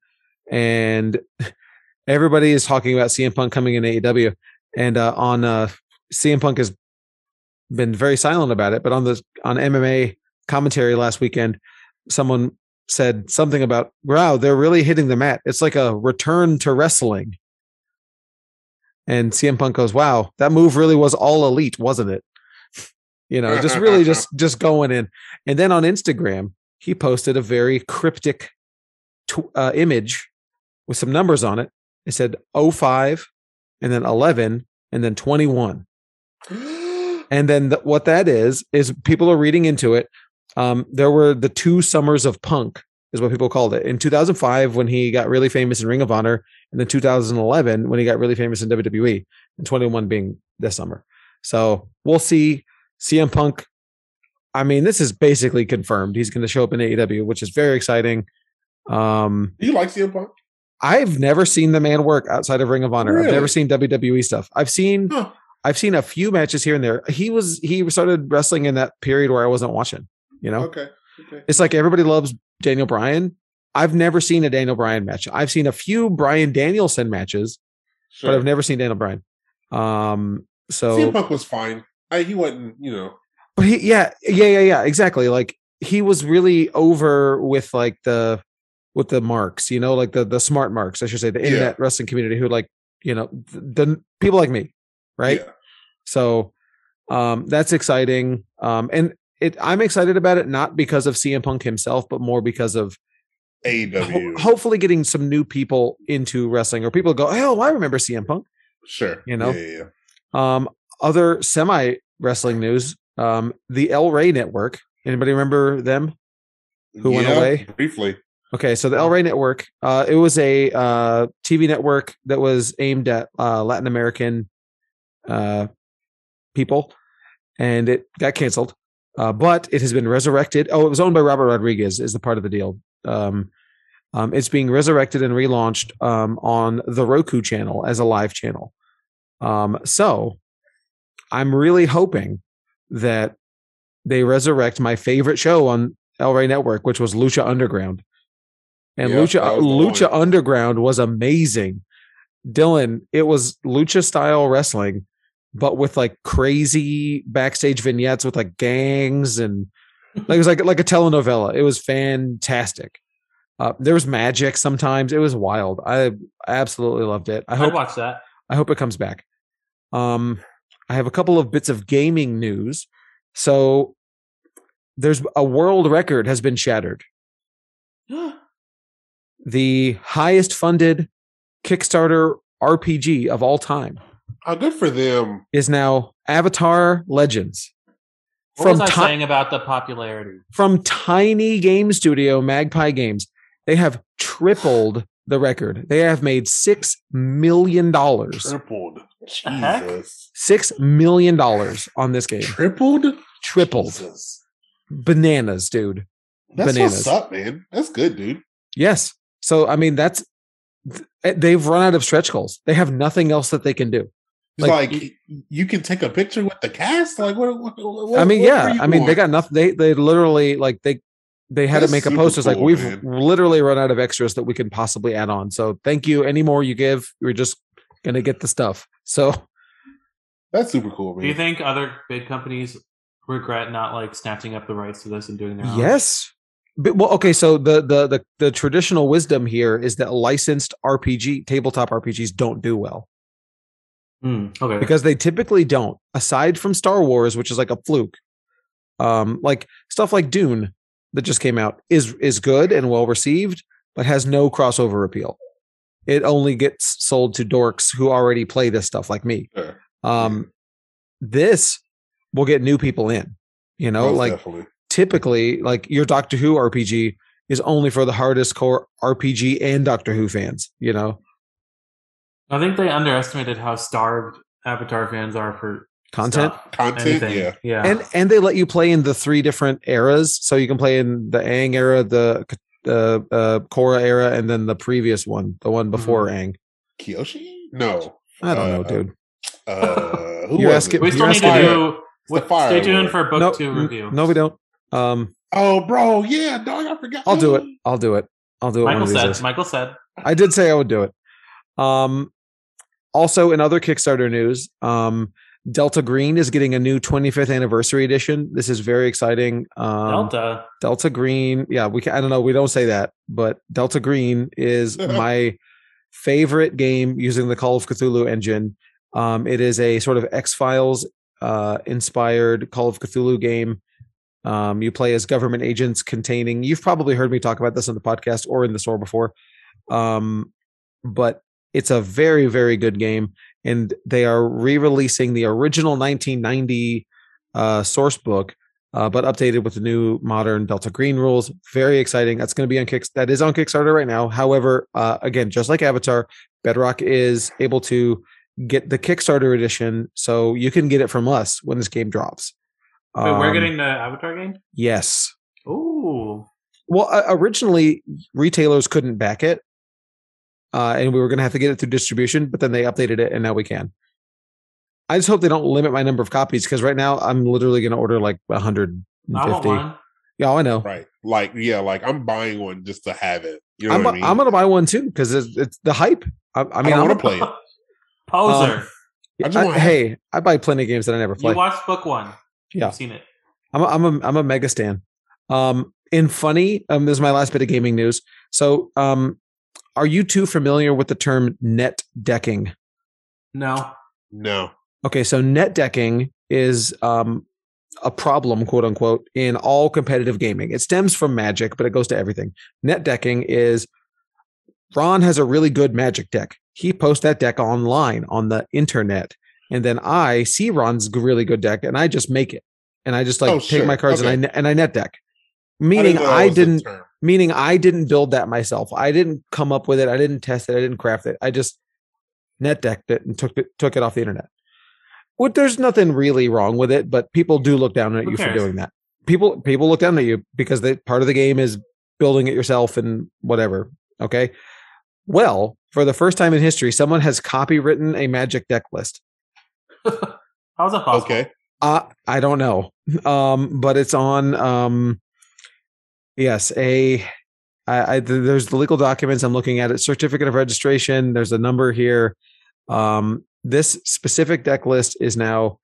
and everybody is talking about CM Punk coming in AEW. And uh, on uh, CM Punk has been very silent about it, but on the on MMA commentary last weekend, someone said something about wow they're really hitting the mat it's like a return to wrestling and cm punk goes wow that move really was all elite wasn't it you know just really just just going in and then on instagram he posted a very cryptic tw- uh, image with some numbers on it it said 05 and then 11 and then 21 and then th- what that is is people are reading into it. Um, there were the two summers of punk, is what people called it. In 2005, when he got really famous in Ring of Honor, and then 2011 when he got really famous in WWE, and 21 being this summer. So we'll see CM Punk. I mean, this is basically confirmed. He's going to show up in AEW, which is very exciting. Um,
Do you like CM Punk?
I've never seen the man work outside of Ring of Honor. I've
Really?
never seen WWE stuff. I've seen
Huh.
I've seen a few matches here and there. He was he started wrestling in that period where I wasn't watching, you know?
Okay. Okay.
It's like everybody loves Daniel Bryan. I've never seen a Daniel Bryan match. I've seen a few Bryan Danielson matches,
Sure.
but I've never seen Daniel Bryan. Um so
CM Punk was fine. I, he wasn't, you know.
but he yeah, yeah, yeah, yeah, exactly. Like he was really over with like the with the marks, you know, like the the smart marks, I should say, the
Yeah.
internet wrestling community who like, you know, the, the people like me, right?
Yeah.
So um that's exciting. Um and it I'm excited about it not because of CM Punk himself, but more because of ho-
E AEW.
hopefully getting some new people into wrestling or people go, "Oh, I remember CM Punk."
sure.
you know?
Yeah, yeah, yeah.
Um, other semi wrestling news: um, the El Rey Network. Anybody remember them? Who went
Yeah,
away?
Briefly.
Okay, so the El Rey Network. Uh, it was a uh, TV network that was aimed at uh, Latin American uh, people, and it got canceled. Uh, but it has been resurrected. Oh, it was owned by Robert Rodriguez. Is the part of the deal. Um, um, it's being resurrected and relaunched um, on the Roku channel as a live channel. Um, so I'm really hoping that they resurrect my favorite show on El Rey Network, which was Lucha Underground. And
Yeah,
Lucha
that was the
Lucha
one.
Underground was amazing. Dylan, it was lucha style wrestling, but with like crazy backstage vignettes with like gangs and like it was like like a telenovela. It was fantastic. Uh, there was magic sometimes. It was wild. I absolutely loved it. I
I'd
hope
watch that.
I hope it comes back. Um, I I have a couple of bits of gaming news. So there's a world record has been shattered. The highest funded Kickstarter RPG of all time
Oh, good for them.
is now Avatar Legends.
What was I
Ti-
saying about the popularity?
from tiny game studio Magpie Games, they have tripled the record. They have made six million dollars.
Tripled.
heck?
Jesus.
Six million dollars on this game.
Tripled?
Tripled.
Jesus.
Bananas, dude.
That's
Bananas.
what's up, man. That's good, dude.
Yes. So I mean that's th- they've run out of stretch goals. They have nothing else that they can do.
It's
Like-
like, you can take a picture with the cast. Like what? what, what
I mean,
what were
yeah.
you
I mean, they
doing?
got nothing. They they literally like they they had
That's
to make a
super
post. It's like
cool,
we've
man.
literally run out of extras that we can possibly add on. So thank you. Any more you give, you're just gonna get the stuff. So
That's super cool, man.
Do you think other big companies regret not like snatching up the rights to this and doing their own?
yes. But, well, okay. So the, the the the traditional wisdom here is that licensed RPG tabletop RPGs don't do well
Hmm, okay.
because they typically don't. Aside from Star Wars, which is like a fluke, um, like stuff like Dune that just came out is is good and well received, but has no crossover appeal. It only gets sold to dorks who already play this stuff, like me.
Sure.
Um, this will get new people in. You know,
Most
like
definitely.
typically like your Doctor Who RPG is only for the hardest core RPG and Doctor Who fans, you know,
I think they underestimated how starved Avatar fans are for
content.
stuff,
content.
anything.
Yeah,
yeah.
And and they let you play in the three different eras, so you can play in the Aang era, the uh, uh Korra era, and then the previous one, the
Mm-hmm.
one before Aang.
Kyoshi? No,
I don't know,
Uh,
dude.
uh, who
You
was
ask
it?
it-
we still need to
Fire.
do.
the Fire
stay tuned
Lord.
for book
no,
two
n-
review.
no, we don't. Um,
Oh, bro, yeah, dog, I forgot.
I'll do it. I'll do it. I'll do it. one
Michael
of these
said.
days.
Michael said.
I did say I would do it. Um, also, in other Kickstarter news, um, Delta Green is getting a new 25th anniversary edition. This is very exciting. Um, Delta.
Delta.
Green, yeah, we can, I don't know, we don't say that, but Delta Green is my favorite game using the Call of Cthulhu engine. Um, it is a sort of X Files uh, inspired Call of Cthulhu game. Um, you play as government agents containing. You've probably heard me talk about this on the podcast or in the store before, um, but it's a very very good game, and they are re-releasing the original 1990 uh, source book, uh, but updated with the new modern Delta Green rules. Very exciting. That's going to be on Kick. That is on Kickstarter right now. However, uh, again, just like Avatar, Bedrock is able to get the Kickstarter edition, so you can get it from us when this game drops.
Wait, we're
Um,
getting the Avatar game.
Yes.
Ooh.
Well, uh, originally retailers couldn't back it, uh, and we were going to have to get it through distribution. But then they updated it, and now we can. I just hope they don't limit my number of copies because right now I'm literally going to order like 150.
I want one.
Yeah, I know.
Right, like yeah, like I'm buying one just to have it. You know
I'm,
what I
bu-
mean?
I'm going to buy one too because it's, it's the hype. I, I mean,
I
I'm,
want to play it.
Um,
Poser.
I just
I-
wanna-
hey, I buy plenty of games that I never play.
you watched book one.
Yeah.
You've seen it.
I'm a, I'm a, I'm a mega stan. Um, in funny, um, this is my last bit of gaming news. So, um, are you too familiar with the term net decking?
No.
No,
Okay, so net decking is um, a problem, quote unquote, in all competitive gaming. It stems from magic, but it goes to everything. Net decking is Ron has a really good magic deck. He posts that deck online on the internet. And then I see Ron's g- really good deck and I just make it. And I just like
Oh,
take
sure.
my cards
Okay.
and I ne- and I net deck.
I
Meaning
know that
I
was the
didn't
term.
meaning I didn't build that myself. I didn't come up with it. I didn't test it. I didn't craft it. I just net decked it and took it took it off the internet. What there's nothing really wrong with it, but people do look down at
Who
you for
cares?
doing that. People people look down at you because they, part of the game is building it yourself and whatever. Okay. Well, for the first time in history, someone has copywritten a magic deck list.
How's that possible?
Okay,
Uh, I don't know. Um, but it's on. Um, yes, a. I, I th- there's the legal documents. I'm looking at it. Certificate of registration. There's a number here. Um, this specific deck list is now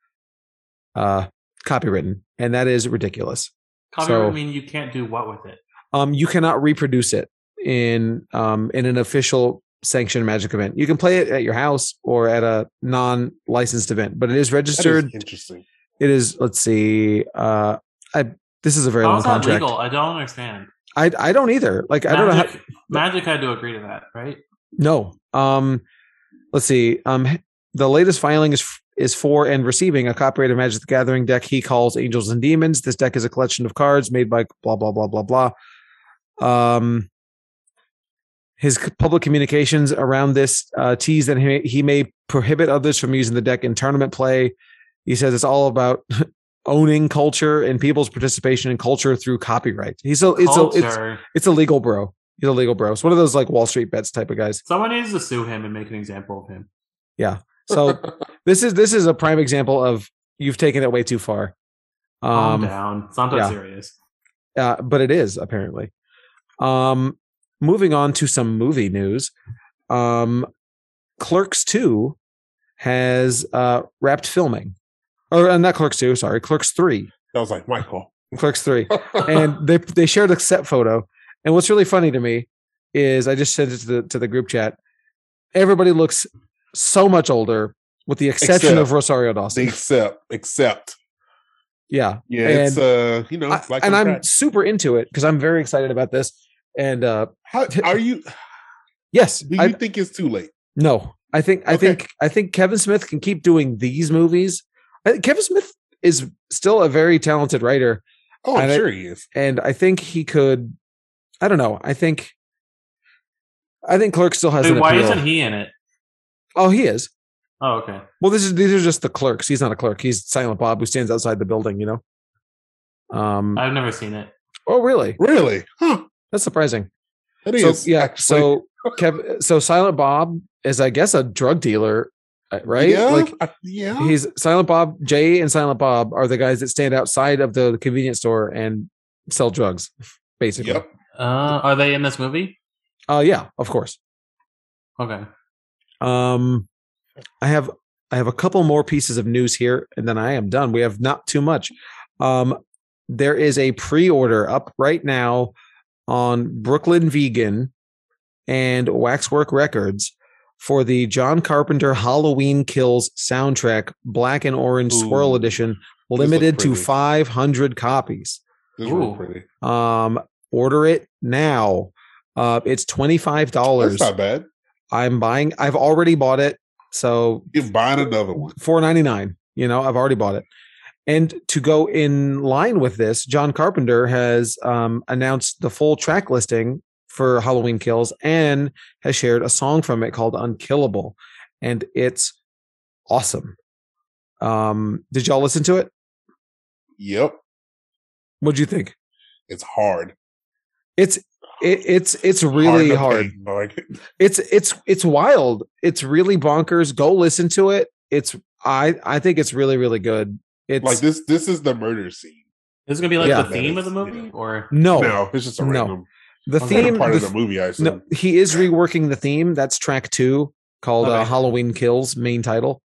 uh, copywritten, and that is ridiculous.
Copyright
So-
mean you can't do what with it?
Um, you cannot reproduce it in um, in an official sanctioned magic event. You can play it at your house or at a non licensed event, but it is
That is
registered.
interesting.
it is, let's see, uh, I, this is a very
How
long
is that
contract.
legal? I don't understand.
I, I don't either. Like, I don't know how,
Magic, Magic had to agree to that, right?
No. Um, let's see. Um, the latest filing is is for and receiving a copyright of Magic the Gathering deck he calls Angels and Demons. This deck is a collection of cards made by blah blah blah blah blah. Um, his c- public communications around this uh, tease that he, he may prohibit others from using the deck in tournament play. He says it's all about owning culture and people's participation in culture through copyright. He's a it's a it's,
Culture.
it's a legal bro. He's a legal bro. It's one of those like Wall Street bets type of guys.
Someone needs to sue him and make an example of him.
So this is this is a prime example of you've taken it way too far.
Calm
Um,
down. It's not that
yeah.
serious.
uh, but it is apparently. Um, moving on to some movie news. Um, Clerks Two has uh, wrapped filming, or uh, not Clerks Two. Sorry, Clerks Three.
I was like, Michael.
Clerks Three. and they they shared a set photo. And what's really funny to me is I just sent it to the to the group chat. Everybody looks so much older, with the exception
Except-
of Rosario Dawson.
except, except.
yeah,
Yeah,
And-
it's uh, you know,
I-
like
and I'm super into it because I'm very excited about this. And uh,
How, are you?
yes,
Do you
I,
think it's too late?
no, I think I
Okay.
think I think Kevin Smith can keep doing these movies. I, think Kevin Smith is still a very talented writer,
Oh, I'm
I-
sure he is.
and I think he could. I don't know. I think. I think Clerks still has
Wait,
an
why
appeal.
isn't he in it?
Oh, he is.
Oh, okay.
Well, this is these are just the clerks. He's not a clerk. He's Silent Bob who stands outside the building. You know. Um.
I've never seen it.
oh, really?
Really? Huh?
That's surprising.
That is.
so yeah
actually.
so kev so silent bob is i guess a drug dealer uh, right
Yeah,
like
I- yeah.
he's silent bob jay and silent bob are the guys that stand outside of the convenience store and sell drugs basically
Yep.
Uh, are they in this movie?
uh yeah of course
Okay.
um i have i have a couple more pieces of news here and then i am done we have not too much um there is a pre-order up right now on brooklyn vegan and waxwork records for the john carpenter halloween kills soundtrack black and orange
Ooh.
swirl edition
looks
limited to
pretty.
500 copies
This is really
Ooh.
pretty.
um order it now uh it's $25
That's not bad.
i'm buying i've already bought it so
You're buying another one.
499 you know i've already bought it and to go in line with this john carpenter has um, announced the full track listing for halloween kills and has shared a song from it called unkillable and it's awesome um did y'all listen to it
Yep.
what'd you think
It's hard.
it's it, it's it's really
to
hard.
pay, Like,
it's it's it's wild it's really bonkers go listen to it it's i i think it's really really good it's
like this. This is the murder scene.
This is gonna be like
Yeah.
the theme of the
That is-
movie,
yeah.
or
no,
no, it's just a
Oh, No.
random
the
Okay.
theme
part of
the-
the movie. I assume.
no, he is reworking the theme that's track two called uh,
Okay.
halloween kills main title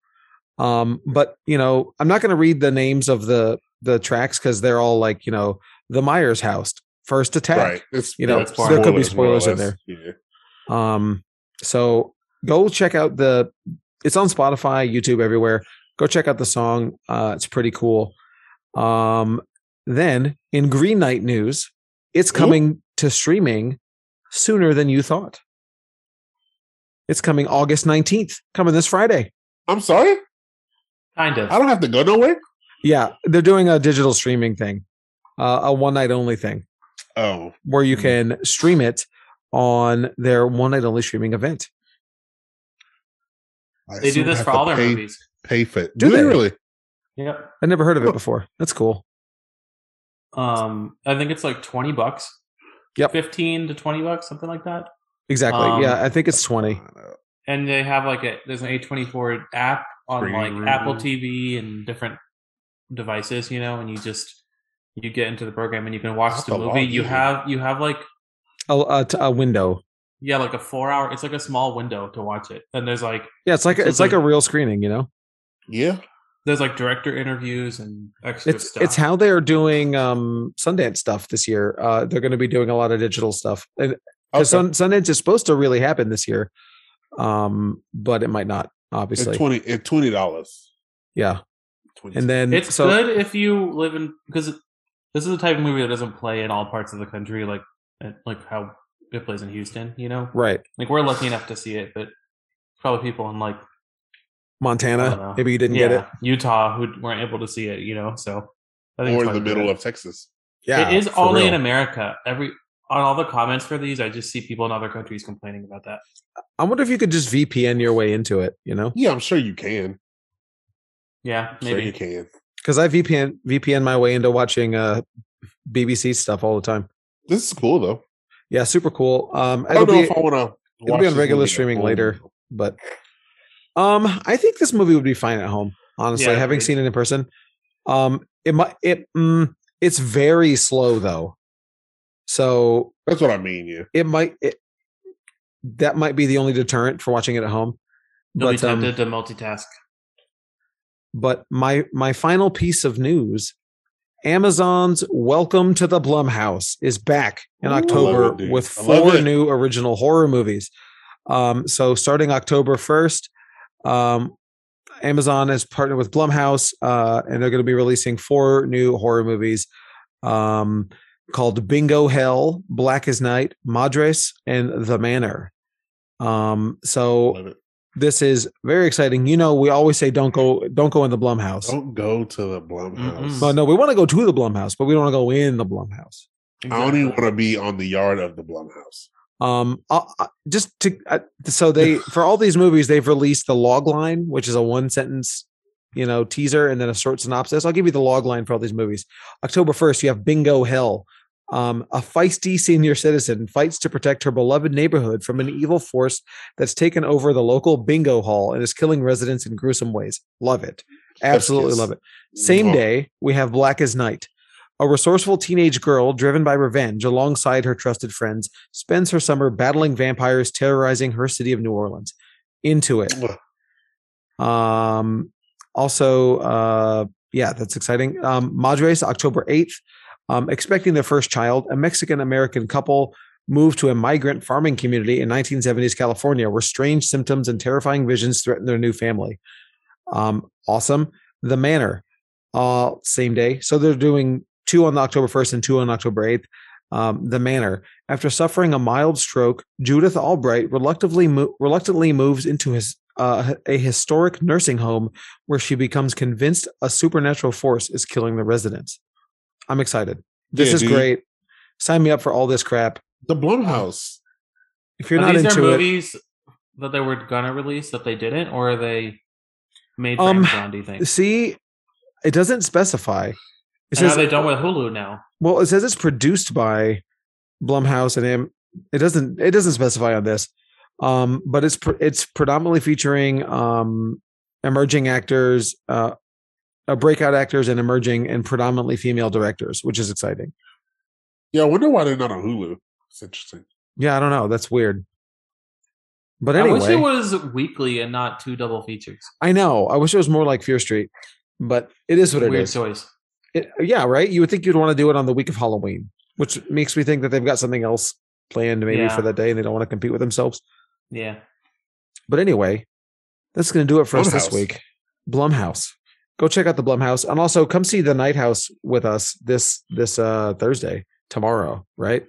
um but you know i'm not going to read the names of the the tracks because they're all like you know the myers house first attack
right? It's
You know,
it's
there could
be
more or
spoilers in
less. Yeah.
Um, so go check out the. It's on Spotify, YouTube, everywhere. Go check out the song. Uh, it's pretty cool. Um, then in Green Knight news, it's
Ooh.
coming to streaming sooner than you thought. It's coming August nineteenth, coming this Friday.
I'm sorry.
kind of.
I don't have to go nowhere.
Yeah, they're doing a digital streaming thing, uh, a one night only thing.
Oh,
where you
Hmm.
can stream it on their one night only streaming event.
I
they do
assume I
this
have
for
to
all their
pay,
movies.
Pay for it.
Do
Do,
they?
they really?
Yep.
I never heard of
Huh.
it before. That's cool.
Um, I think it's like twenty bucks.
Yep.
Fifteen to twenty bucks, something like that.
Exactly.
Um,
yeah, I think it's 20.
And they have like a there's an A twenty four app on
Green
like
Room.
Apple TV and different devices, you know, and you just you get into the program and you can watch
That's
the
a lot
movie. You
easier.
have you have like
A, a, t- a window.
yeah, like a four hour it's like a small window to watch it. And there's like
Yeah, it's like
So
it's like
the-
a real screening, you know.
Yeah.
there's like director interviews and extra
It's
stuff.
it's how they are doing um Sundance stuff this year. Uh they're going to be doing a lot of digital stuff. And 'cause Sun,
Okay.
Sundance is supposed to really happen this year. um, but it might not.
It's
Obviously,
twenty. It's twenty dollars.
yeah. And then
It's
so
good if you live in because this is the type of movie that doesn't play in all parts of the country, like like how it plays in Houston. You know,
right,
like we're lucky enough to see it, but probably people in like I don't
Montana.
know.
Maybe you didn't get it.
yeah, Utah who weren't able to see it. You know, so I
or in
it's
the
probably
middle
good.
of Texas.
Yeah,
it is
for
only
real.
in America. Every on all the comments for these, I just see people in other countries complaining about that.
I wonder if you could just VPN your way into it. You know,
Yeah, I'm sure you can.
Yeah,
Sure you
maybe.
can.
because I VPN VPN my way into watching uh, BBC stuff all the time.
This is cool though.
Yeah, super cool. Um,
I don't
it'll
know
be-
if I want to.
be on regular streaming later. but um i think this movie would be fine at home honestly
Yeah,
having
agreed.
seen it in person um it might it mm, it's very slow though so
That's what I mean. Yeah.
it might it, that might be the only deterrent for watching it at home
You'll be
but um,
tempted to multitask.
but my my final piece of news amazon's welcome to the blumhouse is back in
Ooh. I love
october
it, dude.
with
I love
four
it.
new original horror movies um, so starting october 1st um, amazon has partnered with blumhouse uh, and they're going to be releasing four new horror movies um, called bingo hell black as night madres and the manor um, so
Love it.
this is very exciting. You know, we always say don't go don't go in the Blumhouse. Uh,
Don't go to the Blumhouse.
Mm-mm.
No, no, we want to go to the Blumhouse, but we don't want to go in the Blumhouse.
I don't even want to be on the yard of the Blumhouse.
Um, I, I- just to I, so they for all these movies they've released the log line, which is a one sentence, you know, teaser and then a short synopsis. I'll give you the log line for all these movies. October first, you have Bingo Hell. Um, a feisty senior citizen fights to protect her beloved neighborhood from an evil force that's taken over the local bingo hall and is killing residents in gruesome ways. Love it. Absolutely
kiss.
love it. Same
Mwah.
day, we have Black as Night. A resourceful teenage girl driven by revenge alongside her trusted friends spends her summer battling vampires terrorizing her city of New Orleans. Into it.
Mwah.
Um, also, uh, yeah, that's exciting. Um, Madres, October 8th, um, expecting their first child, a Mexican American couple moved to a migrant farming community in 1970s California where strange symptoms and terrifying visions threaten their new family. Um, awesome. The Manor, uh, same day. So they're doing two on October 1st and two on October 8th. Um, the Manor. After suffering a mild stroke, Judith Albright reluctantly mo- reluctantly moves into his uh, a historic nursing home where she becomes convinced a supernatural force is killing the residents. I'm excited. This
Yeah,
is
dude.
great. Sign me up for all this crap.
The Blumhouse.
If you're
But
not
these are
into it,
movies that they were gonna release that they didn't, or are they made for
Um,
Amazon? Do you think?
see, it doesn't specify. It
And are
says
they done with Hulu now?
well, it says it's produced by Blumhouse and Am- it doesn't it doesn't specify on this. Um, but it's pre- it's predominantly featuring um emerging actors, uh, uh breakout actors and emerging and predominantly female directors, which is exciting.
Yeah, I wonder why they're not on Hulu. It's interesting.
Yeah, I don't know. That's weird. But
I wish it
anyway,
was weekly and not two double features.
I know. I wish it was more like Fear Street, but it is what it is.
Weird choice.
It, yeah, right. You would think you'd want to do it on the week of Halloween, which makes me think that they've got something else planned maybe
Yeah.
for that day and they don't want to compete with themselves.
Yeah.
But anyway, that's going to do it for us this
Blumhouse.
week. Blumhouse. Go check out the Blumhouse and also come see the Night House with us this this uh Thursday tomorrow, right?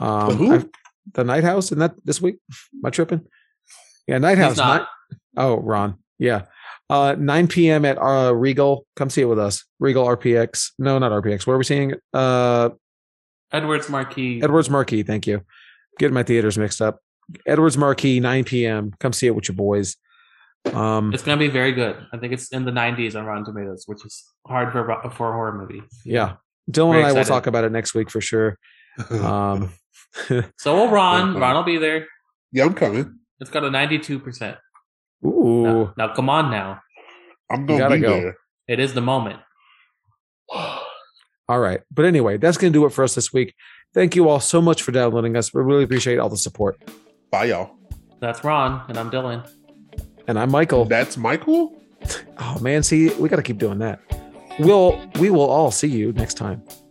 Um
The who?
I've- the Night House and that this week? Am I tripping? Yeah, Night House.
He's not.
Ni- oh, Ron. Yeah. Uh 9 p.m. at uh Regal. Come see it with us. Regal RPX. No, not RPX. Where are we seeing it? Uh
Edwards Marquis.
Edwards Marquee, thank you. Getting my theaters mixed up. Edwards Marquee, 9 p.m. Come see it with your boys. Um,
It's gonna be very good. I think it's in the 90s on Rotten Tomatoes, which is hard for a- for a horror movie.
yeah. Dylan
Very
and I will
excited.
talk about it next week for sure. Um,
So will Ron.
Mhm.
Ron will be there.
yeah, I'm coming.
It's got a 92%.
ooh,
Now, now come on now.
I'm
You
gonna
gotta
be
go.
there.
It is the moment.
all right. But anyway, that's going to do it for us this week. Thank you all so much for downloading us. We really appreciate all the support.
Bye, y'all.
That's Ron, and I'm Dylan.
And I'm Michael.
That's Michael.
Oh man, see, we got to keep doing that. We'll we will all see you next time.